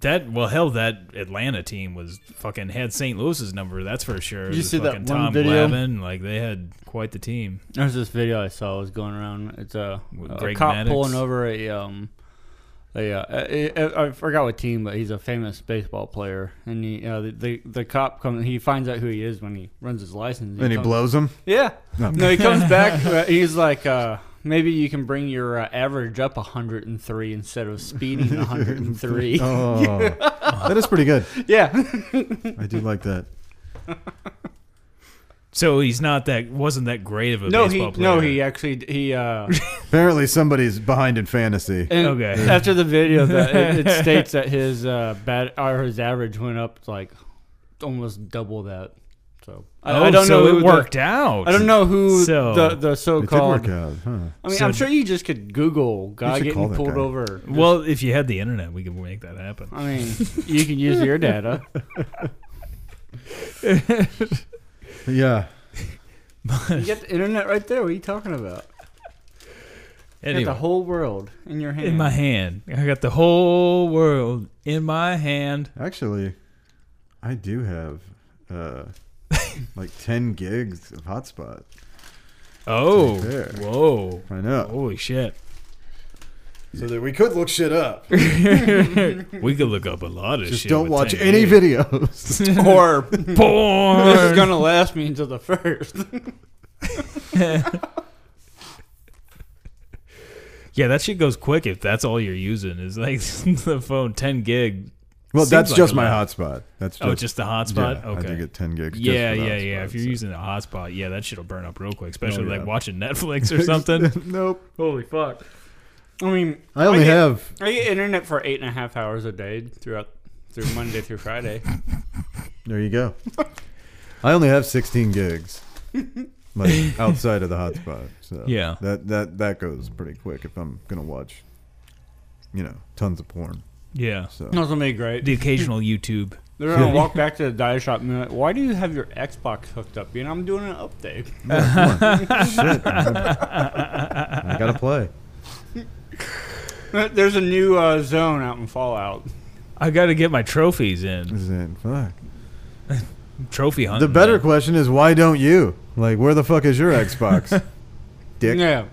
That well, hell, that Atlanta team was fucking had St. Louis's number. That's for sure. It you was see that fucking one Tom video? Glavine, like they had quite the team. There's this video I saw was going around. It's a, With a Greg cop Maddux. pulling over a um a uh, I- I I forgot what team, but he's a famous baseball player, and he uh, the, the the cop comes. He finds out who he is when he runs his license. And he comes- blows him. Yeah. No. No, he comes back. uh, he's like, uh, maybe you can bring your uh, average up 103 instead of speeding 103. Oh, that is pretty good. yeah. I do like that. So he's not that wasn't that great of a No, he baseball player. no, he actually he. Uh, Apparently, somebody's behind in fantasy. and Okay. After the video, that it, it states that his uh, bad or his average went up like almost double that. So I, Oh, I don't so know. who it the- worked out. I don't know who So- the the so It did called. work out, huh? I mean, So- I'm sure you just could Google guy should call getting that pulled guy. over. Well, if you had the internet, we could make that happen. I mean, you can use your data. Yeah. You got the internet right there. What are you talking about? You got Anyway. the whole world in your hand. in my hand, I got the whole world in my hand. Actually, I do have uh, like 10 gigs of hotspot. Oh, Right there. whoa! I know. Holy shit! Oh. So that we could look shit up. We could look up a lot of shit. Just don't with watch 10 any gigs. videos. or this is Porn. gonna last me until the first. yeah, that shit goes quick if that's all you're using. Is like the phone, ten gig. well, Seems that's like just a my lot. hotspot. That's just, Oh, just the hotspot. Yeah, I okay. had to get 10 gigs. just yeah, for the yeah, yeah. hotspot, If you're so. Oh, using a hotspot, yeah, that shit'll burn up real quick. Especially yeah. like watching Netflix or something. nope. Holy fuck! I mean, I only get- have. I get internet for eight and a half hours a day throughout through Monday through Friday. There you go. I only have 16 gigs. Like outside of the hotspot, so Yeah. that that that goes pretty quick if I'm gonna watch, you know, tons of porn. Yeah, So That's gonna be great. the occasional YouTube. They're gonna walk back to the die shop and be like, "Why do you have your Xbox hooked up?" You know, I'm doing an update. shit, I gotta play. There's a new uh, zone out in Fallout. I got to get my trophies in. Is it- fuck. Trophy hunt. The better question is why don't you? Like, where the fuck is your Xbox, Dick? Yeah.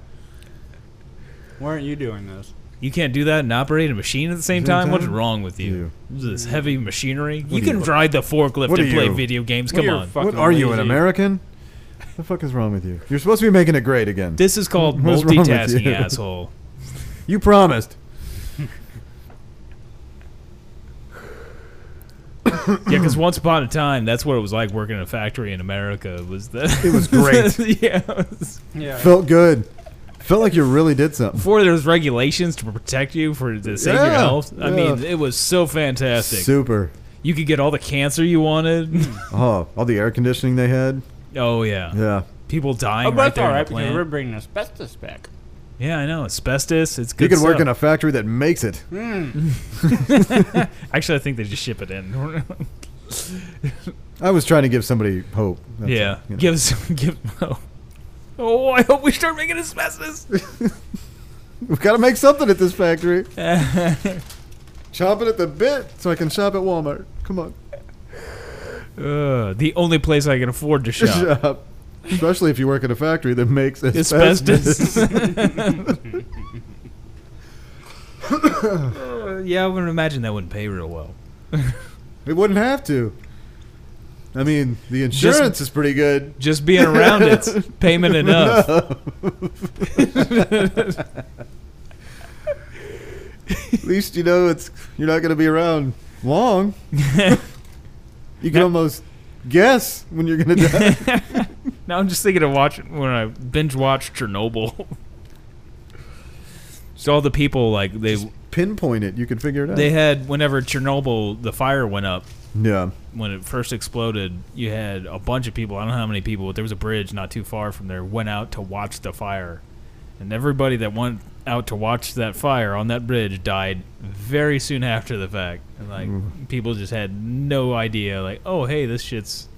Why aren't you doing this? You can't do that and operate a machine at the same Same time? What's time? wrong with you? This heavy machinery. you are can you- drive the forklift What are and play you? video games. Well, Come you're on. fucking What are you, an lazy. American? the fuck is wrong with you? You're supposed to be making it great again. This is called What's wrong with multitasking, you? asshole. You promised. Yeah, because once upon a time, that's what it was like working in a factory in America. Was that It was great. yeah. it was- Yeah. Felt good. Felt like you really did something. Before there was regulations to protect you for the sake of your Yeah, health. I mean, yeah. it was so fantastic. Super. you could get all the cancer you wanted. Oh, all the air conditioning they had. oh yeah. Yeah. people dying Oh, right but that's there all in right the because plant. we're bringing asbestos back. Yeah, I know asbestos. It's You good. could work stuff. Hmm. in a factory that makes it. Actually, I think they just ship it in. I was trying to give somebody hope. That's yeah, all, you know. give us give. Oh. oh, I hope we start making asbestos. We've got to make something at this factory. Chop it at the bit so I can shop at Walmart. Come on. uh, the only place I can afford to shop. Shop. Especially if you work at a factory that makes asbestos. Asbestos. Uh, yeah, I would imagine that wouldn't pay real well. It wouldn't have to. I mean, the insurance is pretty good. Just being around it's payment enough. At least you know it's you're not going to be around long. you can almost guess when you're going to die. Now I'm just thinking of watching when I binge watched Chernobyl. so all the people like they Pinpoint it. You can figure it out. they had whenever Chernobyl the fire went up yeah. when it first exploded, you had a bunch of people. I don't know how many people, but there was a bridge not too far from there. Went out to watch the fire, and everybody that went out to watch that fire on that bridge died very soon after the fact. And like Mm. people just had no idea. Like, oh hey, this shit's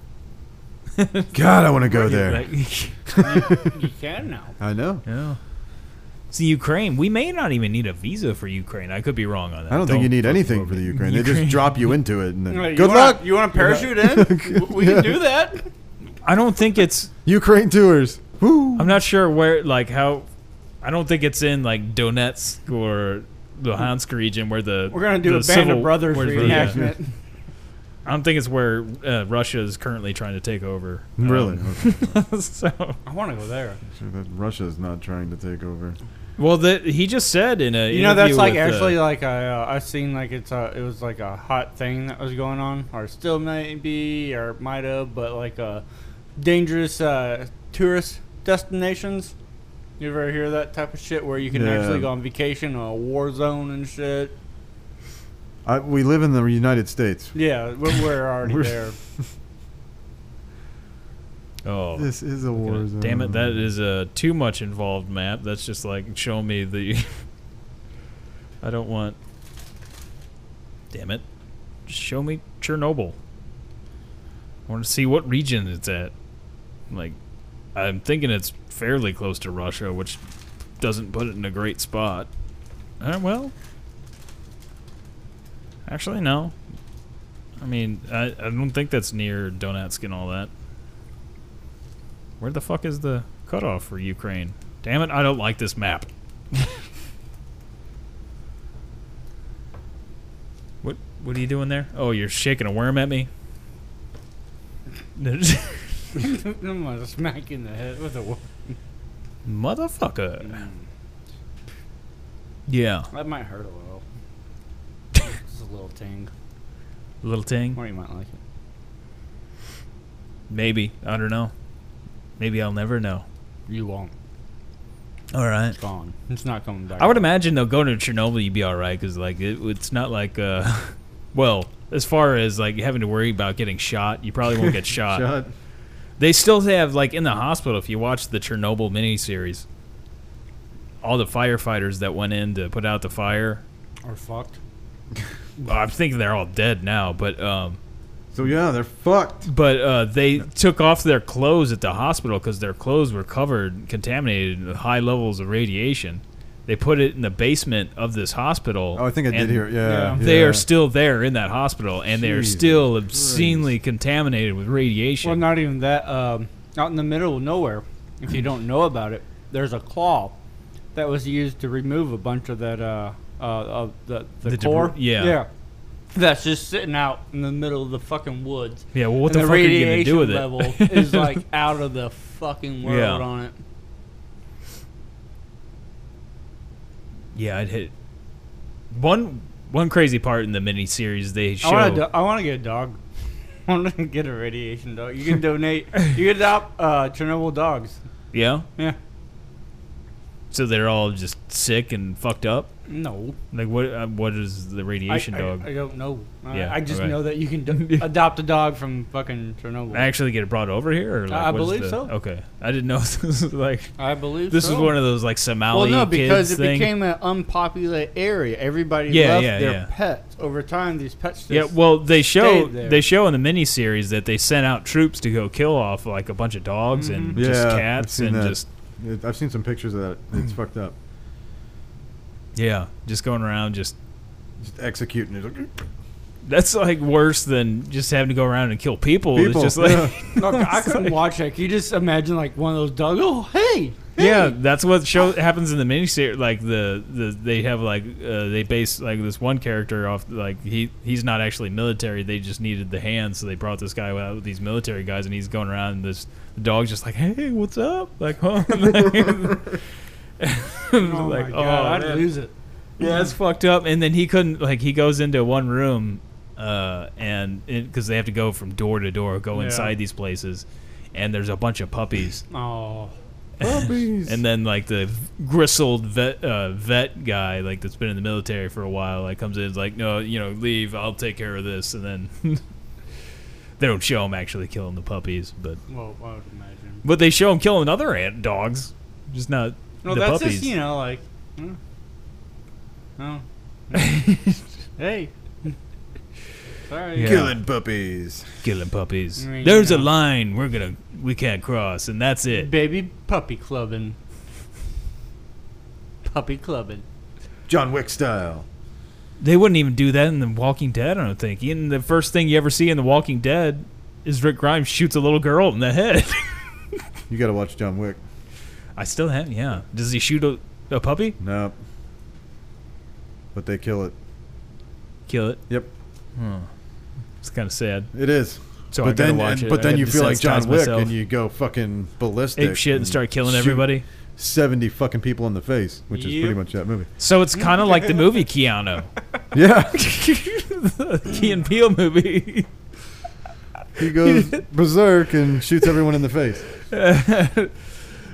God, I want to go there. Like, You can now. I know. yeah. See Ukraine, we may not even need a visa for Ukraine. I could be wrong on that. I don't, think you need look anything over for the it. Ukraine. They just drop you into it. And then, Like, you good wanna- luck. You want to parachute in? W- we can do that. I don't think it's. Ukraine tours. Woo. I'm not sure where, like, how. I don't think it's in like Donetsk or Luhansk region where the We're gonna do the a band civil- of brothers where the- yeah. reenactment. I don't think it's where uh, Russia is currently trying to take over. Um, Really? so, I want to go there. Russia's not trying to take over. well, that he just said in a You know, that's interview like with, uh, actually like I uh, I seen like it's a it was like a hot thing that was going on, or still maybe, or might have, but like a dangerous uh, tourist destinations. You ever hear that type of shit where you can Yeah. actually go on vacation or a war zone and shit? I, we live in the United States. Yeah, we're, we're already We're- there. oh This is a war zone. Damn it, that is a too much involved map. That's just like show me the I don't want Damn it. Just show me Chernobyl. I want to see what region it's at. Like I'm thinking it's fairly close to Russia, which doesn't put it in a great spot. Uh, well, actually no. I mean, I, I don't think that's near Donetsk and all that. Where the fuck is the cutoff for Ukraine? Damn it, I don't like this map. what What are you doing there? Oh, you're shaking a worm at me. I'm gonna smack you in the head with a. wo- Motherfucker. Yeah, Mm. That might hurt a little. it's a little ting, little ting. or you might like it. Maybe I don't know. Maybe I'll never know. You won't. All right. It's gone. It's not coming back. I would imagine they'll go to Chernobyl, you'd be all right because like it, it's not like uh, well, as far as like having to worry about getting shot, you probably won't get shot. Shot. They still have like in the hospital. If you watch the Chernobyl miniseries, all the firefighters that went in to put out the fire, Or fucked. well, I'm thinking they're all dead now, but um, So yeah, they're fucked. but uh, they took off their clothes at the hospital because their clothes were covered, contaminated with high levels of radiation. They put it in the basement of this hospital. Oh, I think I did and hear. Yeah, yeah. They yeah. are still there in that hospital, and they are Jesus still obscenely contaminated with Well, radiation. not even that. Um, out in the middle of nowhere, if you don't know about it, there's a claw that was used to remove a bunch of that uh, uh, of the the, The debris- core. yeah. yeah. That's just sitting out in the middle of the fucking woods. yeah, well, what and the, fuck are you radiation gonna do with level it? is like out of the fucking world Yeah. on it. yeah, I'd hit one one crazy part in the mini series. They show Oh, I want to. I want to get a dog. I want to get a radiation dog. You can donate. You can adopt uh, Chernobyl dogs. yeah, Yeah. so they're all just sick and fucked up. No. Like what? Uh, what is the I, radiation I- dog? I, don't know. I, Yeah, I just okay. know that you can do- adopt a dog from fucking Chernobyl. actually get it brought over here? Or like, I what is believe the- so. Okay, I didn't know this was like I believe this so. is one of those like Somali Well, no, because it kids thing. became an unpopular area. Everybody Yeah, left yeah, their yeah. pets over time. These pets. Just, yeah, well, they show stayed there. they show in the miniseries that they sent out troops to go kill off like a bunch of dogs Mm-hmm. and just Yeah, I've cats seen and that. just It- I've seen some pictures of that. It's fucked up. yeah, just going around just Just executing it. that's like worse than just having to go around and kill people. it's People. just like yeah. Look, I couldn't watch that. Can you just imagine like one of those dogs? Oh, hey. Yeah, that's what show happens in the miniseries. Like the, the they have like uh, they base like this one character off like he he's not actually military. They just needed the hand, so they brought this guy out with these military guys, and he's going around. And this the dog's just like, hey, what's up? Like, huh? Oh like, my oh, god, I'd man. lose it. Yeah, that's fucked up. And then he couldn't like he goes into one room, uh, and because they have to go from door to door, go Yeah. inside these places, and there's a bunch of puppies. Oh. Puppies. And then like the gristled vet uh, vet guy, like that's been in the military for a while, like comes in and is like, no, you know, leave. I'll take care of this. And then they don't show him actually killing the puppies, but Well, I would imagine. but they show him killing other ant dogs, just not No, the that's puppies. just you know like. mm, Oh. hey. Sorry. Yeah. Killing puppies. killing puppies. I mean, There's you a know. line we're gonna we can't cross, and that's it. Baby puppy clubbing. Puppy clubbing. John Wick style. They wouldn't even do that in The Walking Dead, I don't think. Even the first thing you ever see in The Walking Dead is Rick Grimes shoots a little girl in the head. You got to watch John Wick. I still have, yeah. Does he shoot a, a puppy? No. But they kill it. Kill it. Yep, It's kind of sad. it is. So I but gotta then, watch and- it. but I then gotta you feel like John desensitize Wick myself. and you go fucking ballistic, ape shit and start killing shoot everybody. Seventy fucking people in the face, which is pretty Yep. much that movie. So it's kind of like the movie Keanu, Yeah, the Key and Peele movie. he goes berserk and shoots everyone in the face.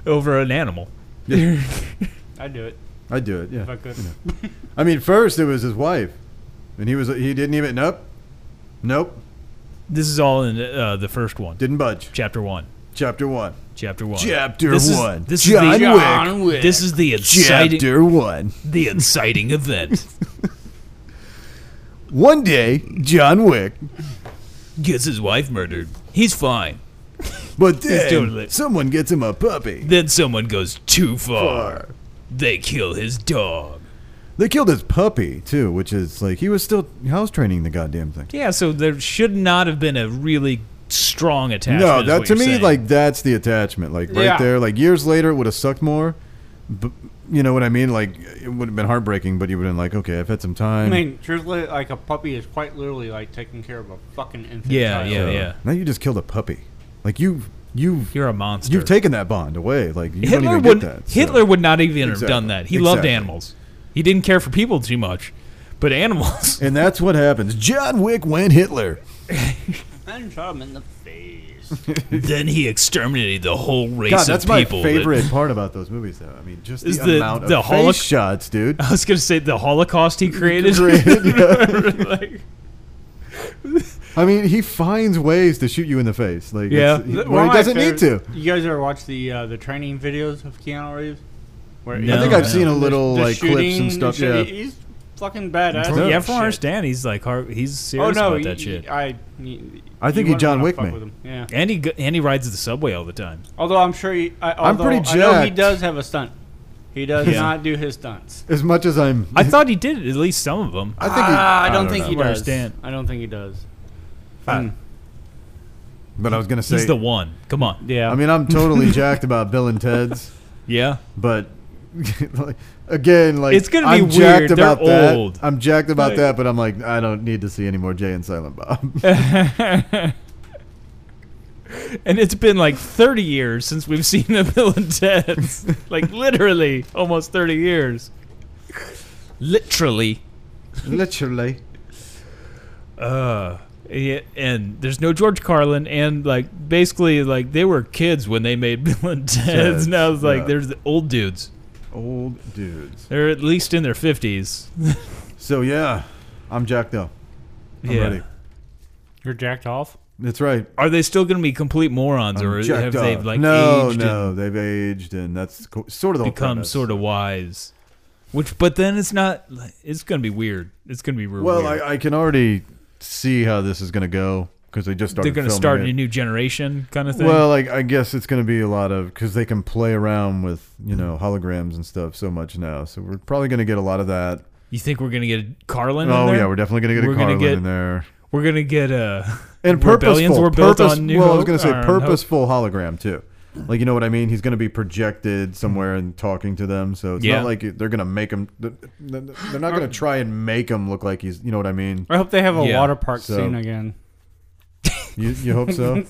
over an animal. I'd do it I do it. if I Yeah. could. I mean, first it was his wife, and he was he didn't even nope, nope, This is all in uh, the first one, didn't budge. chapter one, Chapter one. chapter one, Chapter This is- one. this is John the- Wick. This is the inciting, Chapter one. the inciting event. One day, John Wick Gets his wife murdered. He's fine. But doing then it. someone gets him a puppy. Then someone goes too far. They kill his dog. They killed his puppy too, which is like he was still house training the goddamn thing. Yeah, so there should not have been a really strong attachment. No, is that what to you're me saying. like that's the attachment. Like right Yeah. there, like years later it would have sucked more. But you know what I mean? Like it would have been heartbreaking, but you would have been like, okay, I've had some I time. mean, truthfully, like a puppy is quite literally like taking care of a fucking infant. Yeah, child. yeah, Uh, yeah. Now you just killed a puppy. Like you, you, you're a monster. you've taken that bond away. Like you don't Hitler even would get that. so- Hitler would not even have Exactly. done that. He loved Exactly. animals. He didn't care for people too much, but animals. And that's what happens. John Wick went Hitler. And shot him in the face. then he exterminated the whole race God, of that's my people. that- favorite part about those movies, though. I mean, just the, Is the- amount the of holoc- face shots, dude. I was gonna say the Holocaust he created. Created, Like, I mean, he finds ways to shoot you in the face. Like, Yeah. it's- he- Th- where one he of my doesn't need to. favorite- You guys ever watch the uh, the training videos of Keanu Reeves? Where No, I think I've no. seen a The- little, the like, clips and shooting stuff, shit, yeah. he- He's fucking badass. No, yeah, and from shit. our stand, he's like har- he's Oh serious no, about that he- shit. I. He, I think you he John wouldn't wanna Wick fuck me. with him, Yeah. and he go- and he rides the subway all the time. Although I'm sure he. I, I'm although pretty I know he jacked. does have a stunt. He does Yeah. not do his stunts. As much as I'm, I thought he did at least some of them. I think he, Ah, I, don't, don't think know. he You does. understand. I don't think he does. Hmm. Fine. but I was gonna say, He's the one. Come on. Yeah. I mean, I'm totally jacked about Bill and Ted's, Yeah. but like, again, like It's gonna be I'm weird. jacked They're about that. old. I'm jacked about Like- that, but I'm like, I don't need to see any more Jay and Silent Bob. and it's been like 30 years since we've seen the Bill and Ted's. like literally almost 30 years. Literally. Literally, Uh yeah, and there's no George Carlin and like basically like they were kids when they made Bill and Ted's. Ted's, Now it's like yeah. there's the old dudes. old dudes. They're at least in their 50s. So yeah, I'm jacked though. I'm yeah. ready. You're jacked off. That's right. Are they still going to be complete morons I'm or have jacked they up. like no, aged and no, they've aged, and that's co- sort of the become sort of wise. Which, but then it's not. It's gonna be weird. It's gonna be real Well, weird. I, I can already see how this is going to go because they just started. They're gonna filming start it. a new generation kind of thing. Well, like I guess it's going to be a lot of because they can play around with you know holograms and stuff so much now. So we're probably going to get a lot of that. you think we're gonna get Carlin? in Oh there? yeah, we're definitely going to get We're a gonna Carlin get- in there. we're gonna get uh, And rebellions purposeful, were built purpose- on new. well, I was Hope- going to or say on Hope. purposeful hologram too. Like you know what I mean? He's going to be projected somewhere and talking to them. So it's Yeah. not like they're going to make him. They're they're not going to try and make him look like he's. You know what I mean? I hope they have a Yeah. water park So- scene again. You, you hope so.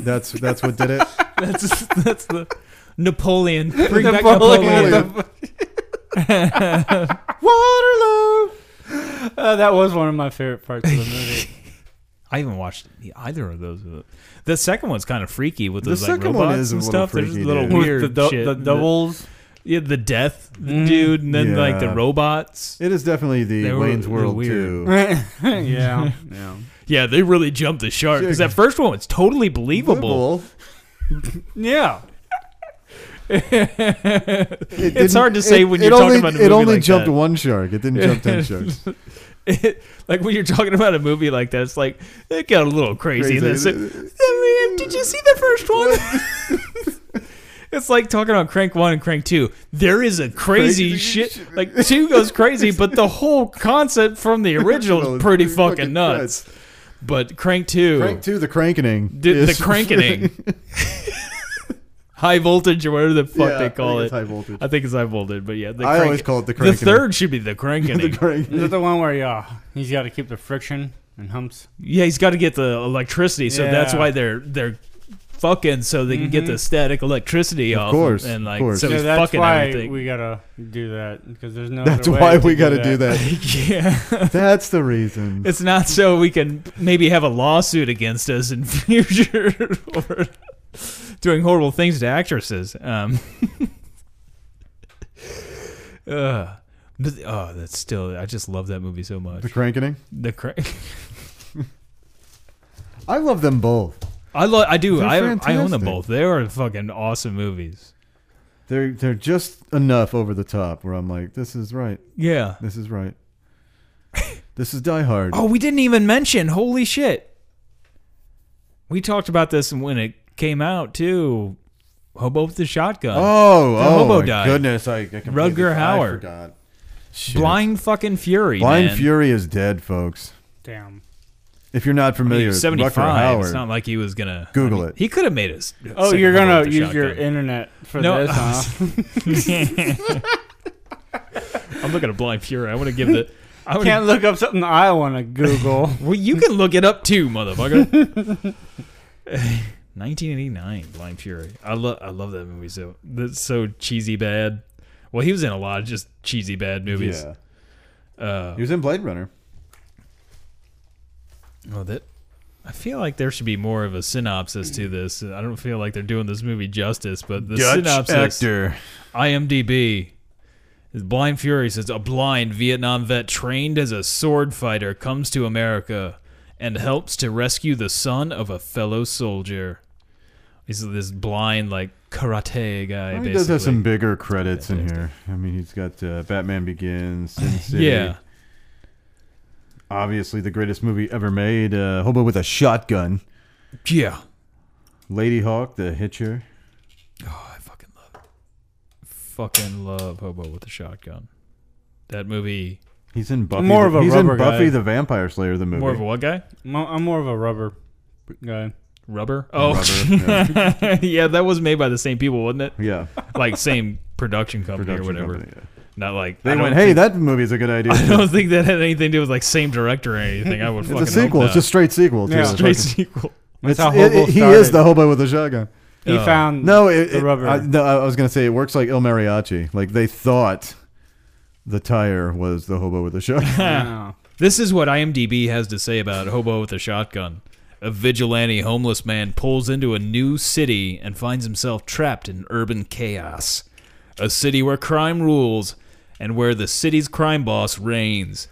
that's that's what did it. That's that's the Napoleon. Bring back Napoleon. Napoleon. Waterloo. Uh, that was one of my favorite parts of the movie. I haven't watched either of those. The second one's kind of freaky with The those like second robots one is a and little stuff. There's freaky, little dude. With weird the, dou- shit. the Mm. doubles. yeah, the death dude, and then like the Yeah. robots. It is definitely the They were- Wayne's they were World weird. too. yeah. yeah. Yeah, they really jumped the shark because that first one was totally believable. Believable. Yeah. It It's didn't- hard to say it- when it you're talking only- about a It movie only like jumped that. one shark. It didn't jump ten sharks. like when you're talking about a movie like that, it's like it got a little crazy. And Crazy. then it's like, "Oh, man, did you see the first one? it's like talking about Crank One and Crank Two. There is a crazy, Crazy shit. shit. Like two goes crazy, but the whole concept from the original is pretty fucking nuts. But Crank Two, Crank two, the crankening. the, the is- crankening, high voltage or whatever the fuck Yeah, I they think call it's it. high voltage. I think it's high voltage, but yeah, the I crank- always call it the the crankening. third should be the cranking. the Is crankening. it the one where yeah, he's got to keep the friction and humps? Yeah, he's got to get the electricity, so that's Yeah. why they're they're fucking so they can get the static electricity off. him, course, and of like course. so So he's that's fucking why everything. we gotta do that because there's no. That's other way why to we got to do that. yeah, That's the reason. it's not so we can maybe have a lawsuit against us in future or doing horrible things to actresses. Um, uh, but, oh, that's still I just love that movie so much. The crankening. The cra- I love them both. I love I do They're I I own them fantastic. both. They are fucking awesome movies. They're they're just enough over the top where I'm like, this is right. Yeah. This is right. This is Die Hard. Oh, we didn't even mention. Holy shit. We talked about this when it came out too. Hobo with the shotgun. oh, Uh, the oh hobo my died. goodness! I, I completely- Rutger I Hauer. forgot. Shit. Blind fucking fury. Blind man. Fury is dead, folks. Damn. If you're not I mean, he familiar, was Rucker 75. Howard. It's not like he was gonna Google it. He could have made us. Oh, you're gonna use your internet for No. this, huh? I'm looking at Blind Fury. I want to give the. I wanna, Can't look up something I want to Google. Well, you can look it up too, motherfucker. 1989, Blind Fury. I love I love that movie so. That's so cheesy bad. Well, he was in a lot of just cheesy bad movies. Yeah. Uh, He was in Blade Runner. well, that I feel like there should be more of a synopsis Mm. to this. I don't feel like they're doing this movie justice, but the synopsis. actor. IMDb. Blind Fury says a blind Vietnam vet trained as a sword fighter comes to America and helps to rescue the son of a fellow soldier. This is this blind like karate guy. Well, basically. he does have some bigger credits in here. I mean, he's got uh, Batman Begins, Sin City. yeah, Obviously, the greatest movie ever made. Uh, Hobo with a Shotgun. yeah. Lady Hawk, The Hitcher. Oh, I fucking love it. Fucking love Hobo with a Shotgun. That movie. He's in Buffy. More the, of a he's in rubber Buffy guy. the Vampire Slayer, the movie. More of a what guy? I'm I'm more of a rubber guy. Rubber. Oh, Rubber, yeah. That was made by the same people, wasn't it? yeah. Like same production company Production or whatever. company, yeah. Not like I They don't went, hey, think- that movie's a good idea. I don't think that had anything to do with like same director or anything. I would it's fucking a sequel. Hope It's just straight sequel. too. Yeah. It's straight fucking- sequel. it's- That's how Hobo it- it- He is started. the hobo with a shotgun. He Oh. found No, it, the it- rubber. I, no, I was gonna say it works like Il Mariachi. Like they thought the tire was the hobo with a shotgun. Wow. This is what IMDb has to say about Hobo with a Shotgun. A vigilante homeless man pulls into a new city and finds himself trapped in urban chaos. A city where crime rules and where the city's crime boss reigns.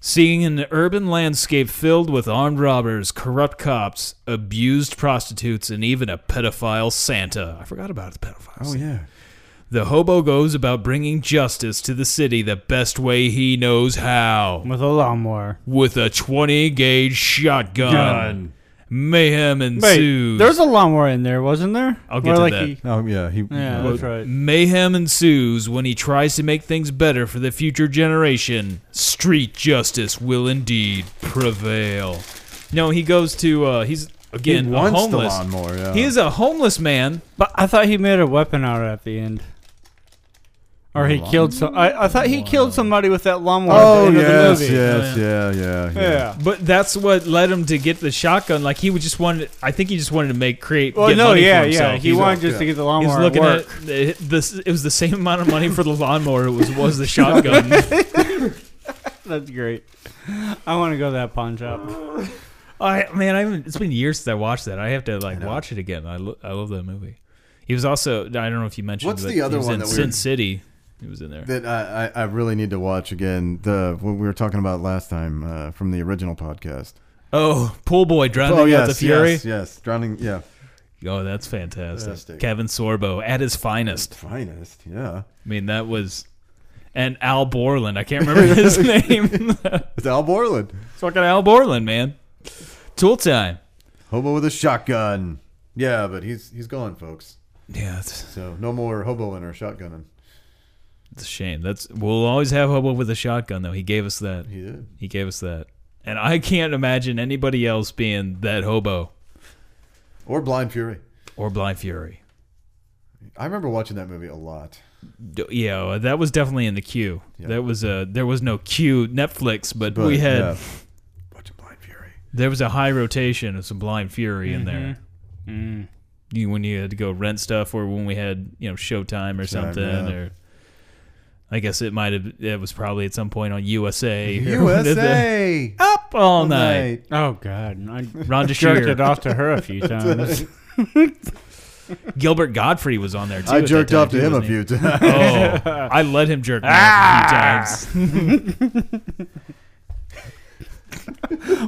Seeing an urban landscape filled with armed robbers, corrupt cops, abused prostitutes, and even a pedophile Santa. I forgot about the pedophile. Santa. Oh, yeah. The hobo goes about bringing justice to the city the best way he knows how With a lawnmower. with a 20 gauge shotgun. Mayhem ensues. there's a lawnmower in there, wasn't there? I'll get Where, to like, that. He, Oh yeah. He. yeah, uh, that's right. Mayhem ensues when he tries to make things better for the future generation. Street justice will indeed prevail. No, he goes to uh he's again he a wants the homeless. lawnmower. Yeah. He is a homeless man. But I thought he made a weapon out of it at the end. Or he killed some. I, I thought he killed somebody with that lawnmower. Oh at the end yes, of the movie. Oh, yes, yeah, yeah, yeah. Yeah. But that's what led him to get the shotgun. Like he would just wanted I think he just wanted to make create Well, get no, money for yeah, himself. yeah. He He's- wanted just to get the lawnmower. He's looking at, at work. the- this. It was the same amount of money for the lawnmower. It was was the shotgun. That's great. I want to go to that pawn shop. I man, I haven't, it's been years since I watched that. I have to like watch it again. I, lo- I love that movie. He was also I don't know if you mentioned. What's but the other he was one in that we Sin were- City? He was in there. That I, I I really need to watch again. The what we were talking about last time uh, from the original podcast. oh, Pool Boy drowning oh out yes, the fury. yes, yes. Drowning. Yeah. Oh, that's fantastic. Fantastic. Kevin Sorbo at his finest. Finest. Yeah. I mean, that was. And Al Borland, I can't remember his name. It's Al Borland, Fucking Al Borland, man. Tool time. hobo with a shotgun. Yeah, but he's he's gone, folks. Yeah, it's, So no more hoboing or shotgunning. It's a shame. That's we'll always have Hobo with a shotgun though. He gave us that. He did. He gave us that. And I can't imagine anybody else being that hobo Or Blind Fury. or Blind Fury. I remember watching that movie a lot. D- Yeah, that was definitely in the queue. Yeah. That was a there was no queue Netflix, but, But, we had yeah. watching Blind Fury. there was a high rotation of some Blind Fury in there. Mm. You, when you had to go rent stuff, or when we had you know Showtime or something, yeah. or I guess it might have it was probably at some point on USA. or one of the- USA up all night. Oh God, I Ron jerked DeShier. it off to her a few times. Gilbert Godfrey was on there too. I at that jerked time, off to too, him a wasn't he? few times. Oh, I let him jerk me Ah! off a few times.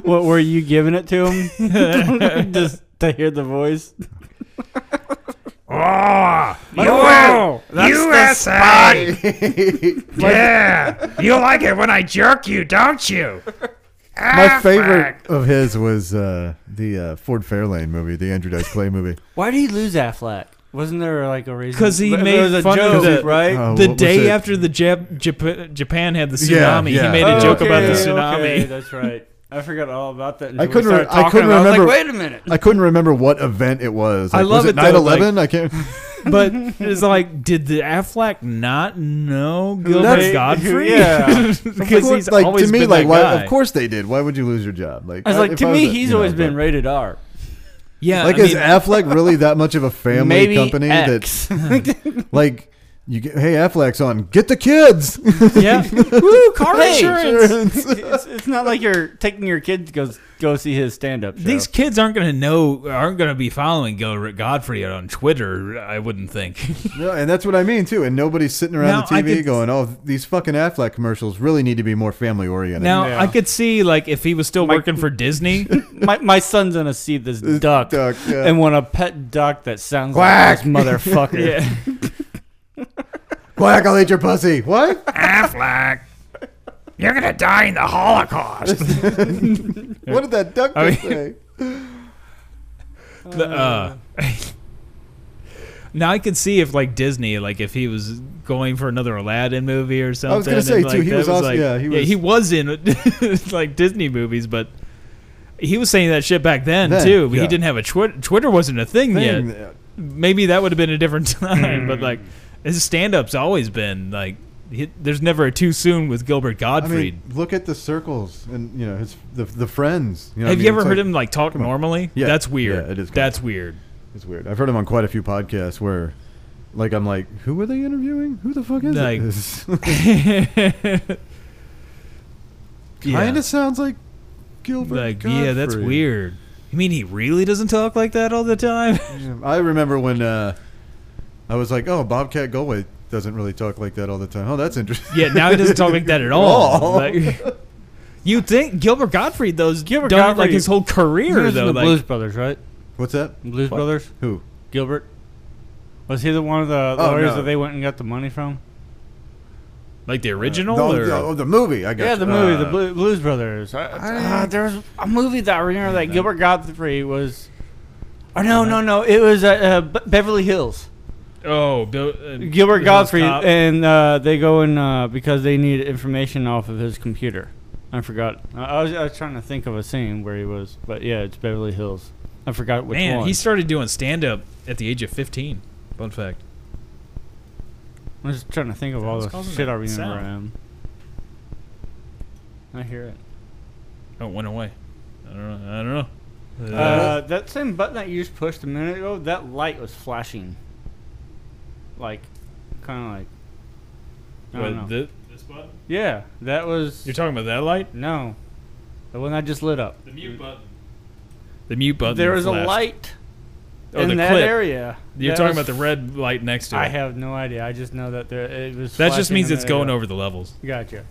what were you giving it to him? Just to hear the voice. Oh, USA! yeah! You like it when I jerk you, don't you? My favorite of his was uh, the uh, Ford Fairlane movie, the Andrew Dice Clay movie. Why did he lose Affleck? Wasn't there like a reason? 'Cause he There made was a fun of joke, the- right? Oh, what the was day it? after the Jap- Jap- Japan had the Yeah, tsunami, yeah. he made a Oh, joke about the okay, tsunami. okay, that's right. I forgot all about that. I until we couldn't re- started I talking couldn't about it. I was remember- like, wait a minute. I couldn't remember what event it was. I Like, love it was it. though, 9/11. I can't. But it's like, did the Affleck not know Gilbert That's- Godfrey? yeah. Of because course- he's like always to me, been like that why? guy. Of course they did. Why would you lose your job? Like I was like, if to me, a- he's you know, always been but- rated R. Yeah, Like, I is mean, Affleck really that much of a family Maybe company X. that, like, you get, hey, Affleck's on, get the kids. yeah. Woo, car Hey, it's, it's not like you're taking your kid to go go see his stand up show. these kids aren't going to know, aren't going to be following Gilbert Godfrey on Twitter. I wouldn't think. No, and that's what I mean too. And nobody's sitting around Now, I the TV could- going, "Oh, these fucking Affleck commercials really need to be more family oriented." now Yeah. I could see like if he was still My- working for Disney, my, my son's gonna see this This duck, duck, yeah. and want a pet duck that sounds like this motherfucker. yeah, Quack, I'll eat your pussy. What? Affleck, you're gonna die in the Holocaust. what did that duck I just mean- say? The, uh, now I could see if like Disney, like if he was going for another Aladdin movie or something. was gonna say, and, too, like, he that was also- like, yeah, he was- he was in like Disney movies, but he was saying that shit back then, Then, too. But yeah. He didn't have a Twitter. Twitter wasn't a thing, Thing. yet. Maybe that would have been a different time. but like his stand-up's always been like. He, there's never a too soon with Gilbert I Gottfried. mean, look at the circles and you know his the the friends. You know what I have mean? you ever It's heard like- him like talk come on. normally? Yeah. that's weird. Yeah, it is kinda- That's weird. It's weird. I've heard him on quite a few podcasts where, like, I'm like, who were they interviewing? Who the fuck is Like- this? yeah. Kind of sounds like Gilbert. like yeah that's Gottfried. weird you mean he really doesn't talk like that all the time Yeah, I remember when uh, I was like, oh, Bobcat Goldway doesn't really talk like that all the time. Oh, that's interesting. yeah now he doesn't talk like that at all all. Like, you think gilbert gottfried though's Gilbert done it like Gottfried- his whole He career was in though the like, Blues Brothers, right? What's that? Blues What? Brothers, Who? Gilbert. Was he the one of the Oh, lawyers no. that they went and got the money from? like the original No, or- the, oh, the movie. I got Yeah, you. the movie, Uh, the Blu- Blues Brothers. I, I- uh, there was a movie that I remember that Gilbert Godfrey was. Oh no, no, no! It was uh, uh, Be- Beverly Hills. oh Bill, uh, Gilbert Bill's Godfrey, cop. and uh, they go in uh, because they need information off of his computer. I forgot. I, I, was, I was trying to think of a scene where he was, but yeah, it's Beverly Hills. I forgot which man one. he started doing stand-up at the age of 15 fun fact I'm just trying to think of all What's the causing shit that I remember. sound? him. I hear it. oh it went away i don't know i don't know Uh, that same button that you just pushed a minute ago, that light was flashing. Like, kind of like. I What, don't know. thi- this button? yeah, that was. you're talking about that light no, the one I just lit up. the mute button Mm. the mute button There was a flashed. light Oh, in the that clip. area. You're that talking was- about the red light next to it. I have no idea. I just know that there it was. that just flashing means in it's that going area. over the levels. Gotcha.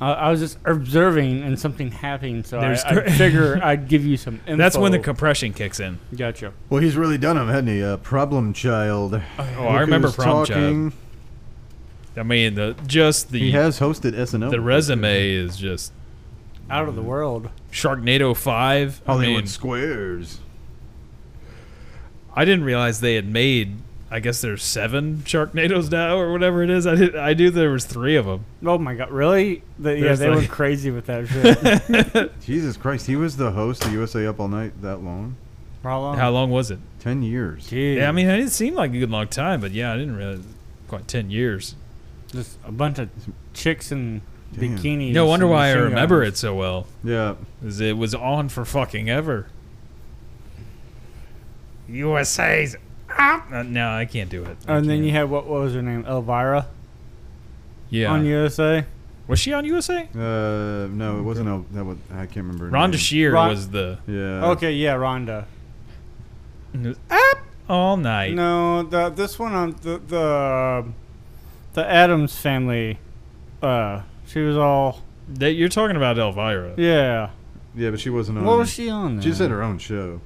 I I was just observing and something happened, so I, There's I cr- figure I'd give you some info. That's when the compression kicks in. gotcha. well, he's really done him, hadn't he? Uh, problem child. Oh, I remember prom child. talking. I mean, the just He the has hosted SNL. the resume is just Out of the Mm. world. Sharknado Five. I Hollywood mean, Squares. I didn't realize they had made. I guess there's seven Sharknados now, or whatever it is. I did. I knew there was three of them. Oh my god, really? The, yeah, There's they were like- crazy with that shit. Jesus Christ, he was the host of USA Up All Night that long. How long? How long was it? Ten years. Jeez. Yeah, I mean, it seemed like a good long time, but yeah, I didn't realize quite ten years. just a bunch of chicks in Damn. bikinis. No wonder and why I machine remember guns. it so well. Yeah. Is it was on for fucking ever. USA's Uh, no, I can't do it. I And then can't. you had what, what was her name? Elvira yeah. on USA. Was she on USA? Uh, no, it wasn't. A, that was I can't remember. her Rhonda name. Shear Ron- was the Yeah. Okay, yeah, Rhonda. up all night. No, the, this one on the the the Adams family. Uh, she was all That you're talking about Elvira. yeah. Yeah, but she wasn't on. What was she on? Um, She Then? just had her own show.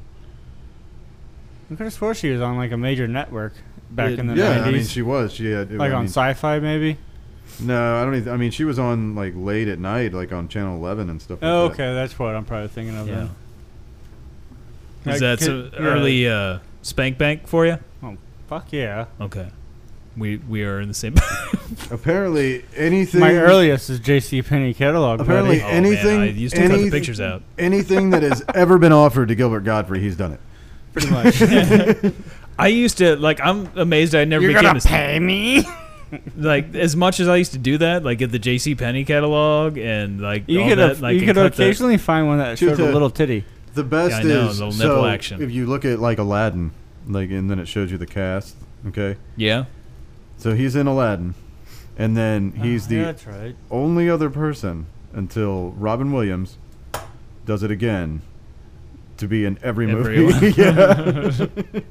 I could have swore she was on like a major network back Yeah, in the yeah, I mean, nineties, she was. She had. like I on mean, Sci-Fi maybe. No, I don't. Even, I mean, she was on like late at night, like on Channel Eleven and stuff. Like Oh, That. okay, that's what I'm probably thinking of. Yeah. Then. Is Like, that kid- some yeah. early uh, spank bank for you? Oh, Fuck yeah. Okay. We we are in the same. Apparently, anything. My earliest is J.C. Penney catalog. Apparently, buddy. Oh, man, anything. I- you still got the anyth- pictures out. Anything that has ever been offered to Gilbert Godfrey, he's done it. pretty much. I used to like. I'm amazed I never You're became gonna a pay me? like as much as I used to do that. Like at the J.C. Penney catalog and like you all could that. Like you and could cut the- occasionally find one that Two showed to- a little titty. The best I know, is the nipple so action. if you look at like Aladdin, like and then it shows you the cast. Okay, yeah. so he's in Aladdin, and then he's the Oh, that's right. only other person until Robin Williams does it again to be in every movie. Everyone. yeah.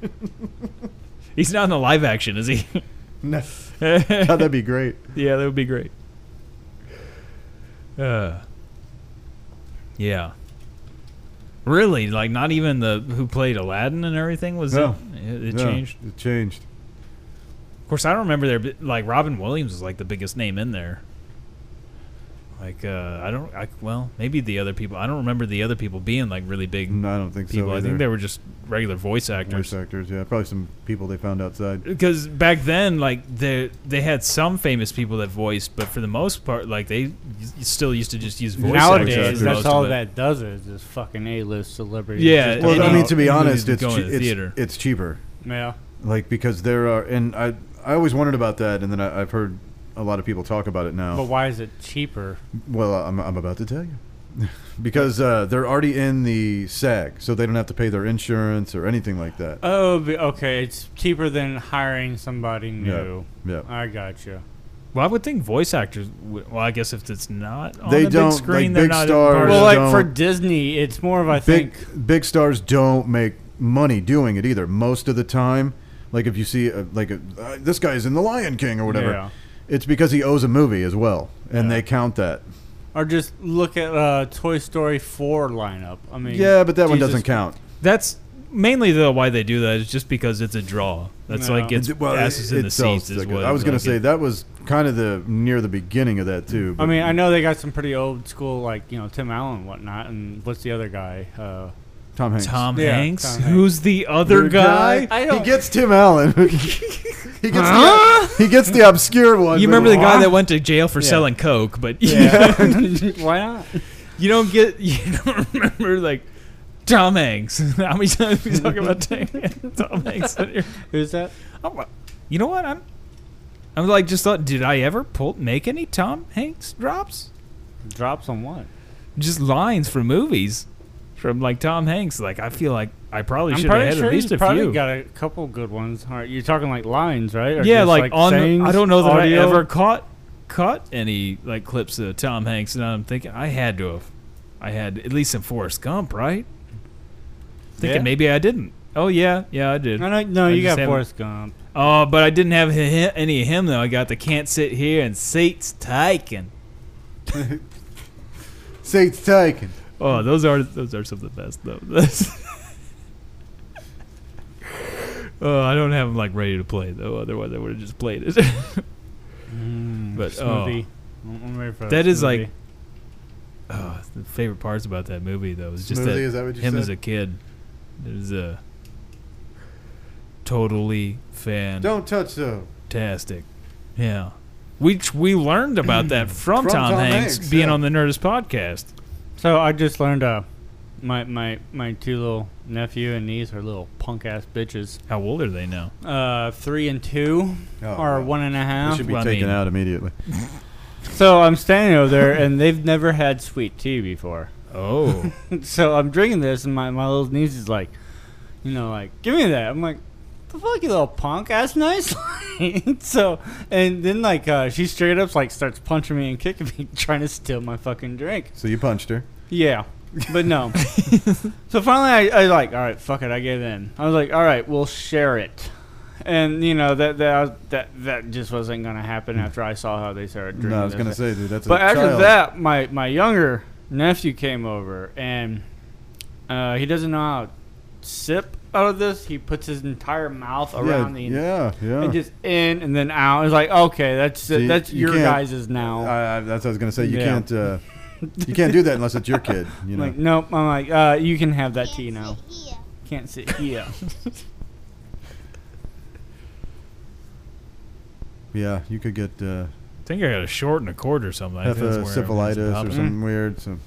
He's not in the live action, is he? No. yeah, God, that'd be great. that would be great. Uh, yeah. Really, like not even the who played Aladdin and everything was No. it, it Yeah, changed. It changed. Of course, I don't remember there. be- Like Robin Williams was like the biggest name in there. Like uh, I don't. I, well, maybe the other people. I don't remember the other people being like really big No, I don't think people. so. I think they were just regular voice voice actors. actors. Yeah, probably some people they found outside. Because back then, like they they had some famous people that voiced, but for the most part, like they y- still used to just use voice actors. Nowadays, for that's most of all it. that does is just fucking A-list celebrities. Yeah, Just Well, Well, And about- I mean, to be you honest, can it's go che- in the theater. it's, it's cheaper. yeah. Like because there are, and I I always wondered about that, and then I, I've heard a lot of people talk about it now. But why is it cheaper? Well, I'm, I'm about to tell you. because uh, they're already in the SAG, so they don't have to pay their insurance or anything like that. Oh, be- okay. It's cheaper than hiring somebody new. yeah. I got you. Well, I would think voice actors. Would, well, I guess if it's not on They the don't, big like, screen, big they're not. stars- part of- Well, Well, like don't- for Disney, it's more of I big think big stars don't make money doing it either. Most of the time, like if you see a, like a, uh, this guy's in the Lion King or whatever, Yeah. it's because he owes a movie as well, and Yeah. they count that. or just look at uh, Toy Story four lineup. I mean, Yeah, but that one Jesus- doesn't count. That's mainly though why they do that is just because it's a draw. That's No. like it's asses in the sells seats is tickets. what. I was gonna like, say it- that was kind of the near the beginning of that too. I mean, I know they got some pretty old school, like you know Tim Allen and whatnot, and what's the other guy? Uh, Tom Hanks. Tom Yeah, Hanks. Tom Hanks. Who's the other guy? I He don't- gets Tim Allen. he gets the, he gets the obscure one. You but- remember the guy that went to jail for Yeah. selling coke, but why not? you don't get you don't remember like Tom Hanks. How many times we talk about Tom Tom Hanks? on here? Who's that? I'm like, you know what? I'm I'm like just thought. Did I ever pull make any Tom Hanks drops? Drops on what? Just lines from movies from like Tom Hanks. Like I feel like I probably I'm should have pretty had sure at least he's a probably few. got a couple good ones. All right, you're talking like lines, right? Or yeah, just, like, on. sayings, I don't know that audio? I ever caught caught any like clips of Tom Hanks, and I'm thinking I had to have. I had at least in Forrest Gump, right? Thinking Yeah. maybe I didn't. Oh yeah, yeah I did. No, no, no I you just got haven't- Forrest Gump. Oh, but I didn't have hi- any of him though. I got the can't sit here and seats taken. Saints taken. Hmm. Oh, those are those are some of the best though. That's- oh, I don't have them like ready to play though. Otherwise, I would have just played it. But, This oh. movie. I'm- I'm ready for that this is movie. like, oh, it's the favorite parts about that movie though is just Smoothie, that is that what you him said? as a kid is a totally fan. Don't touch though. Fantastic. Yeah. Which we learned about that from, From Tom, Tom Hanks, Hanks, being yeah. on the Nerdist podcast. So I just learned uh, my my my two little nephew and niece are little punk ass bitches. How old are they now? Uh, three and two Oh, or wow. one and a They half. should be Well, I taken mean- out immediately. So I'm standing over there and they've never had sweet tea before. Oh. So I'm drinking this and my my little niece is like, you know, like give me that. I'm like. The fuck you little punk ass nice so and then like uh, she straight up like starts punching me and kicking me trying to steal my fucking drink So you punched her. Yeah, but no. so finally, I, I like, all right, fuck it, I gave in. I was like, all right, we'll share it, and you know that that that that just wasn't gonna happen after I saw how they started drinking. Hmm. No, I was this gonna thing. say, dude, that's. But a after child. that, my my younger nephew came over, and uh, he doesn't know how to sip out of this. He puts his entire mouth yeah, around the. yeah, yeah. And just in and then out. It's like okay, that's See, that's you your can't- guys's now. I, I, that's what I was gonna say. You Yeah. can't. Uh, you can't do that unless it's your kid. You I'm know. like nope. I'm like uh, you can have that Can't tea now. sit here. Can't sit here. Yeah, you could get uh, I think I got a short and a quarter or something. I think that's where everything's Mm. hepatosyphilitis or popping. something weird. So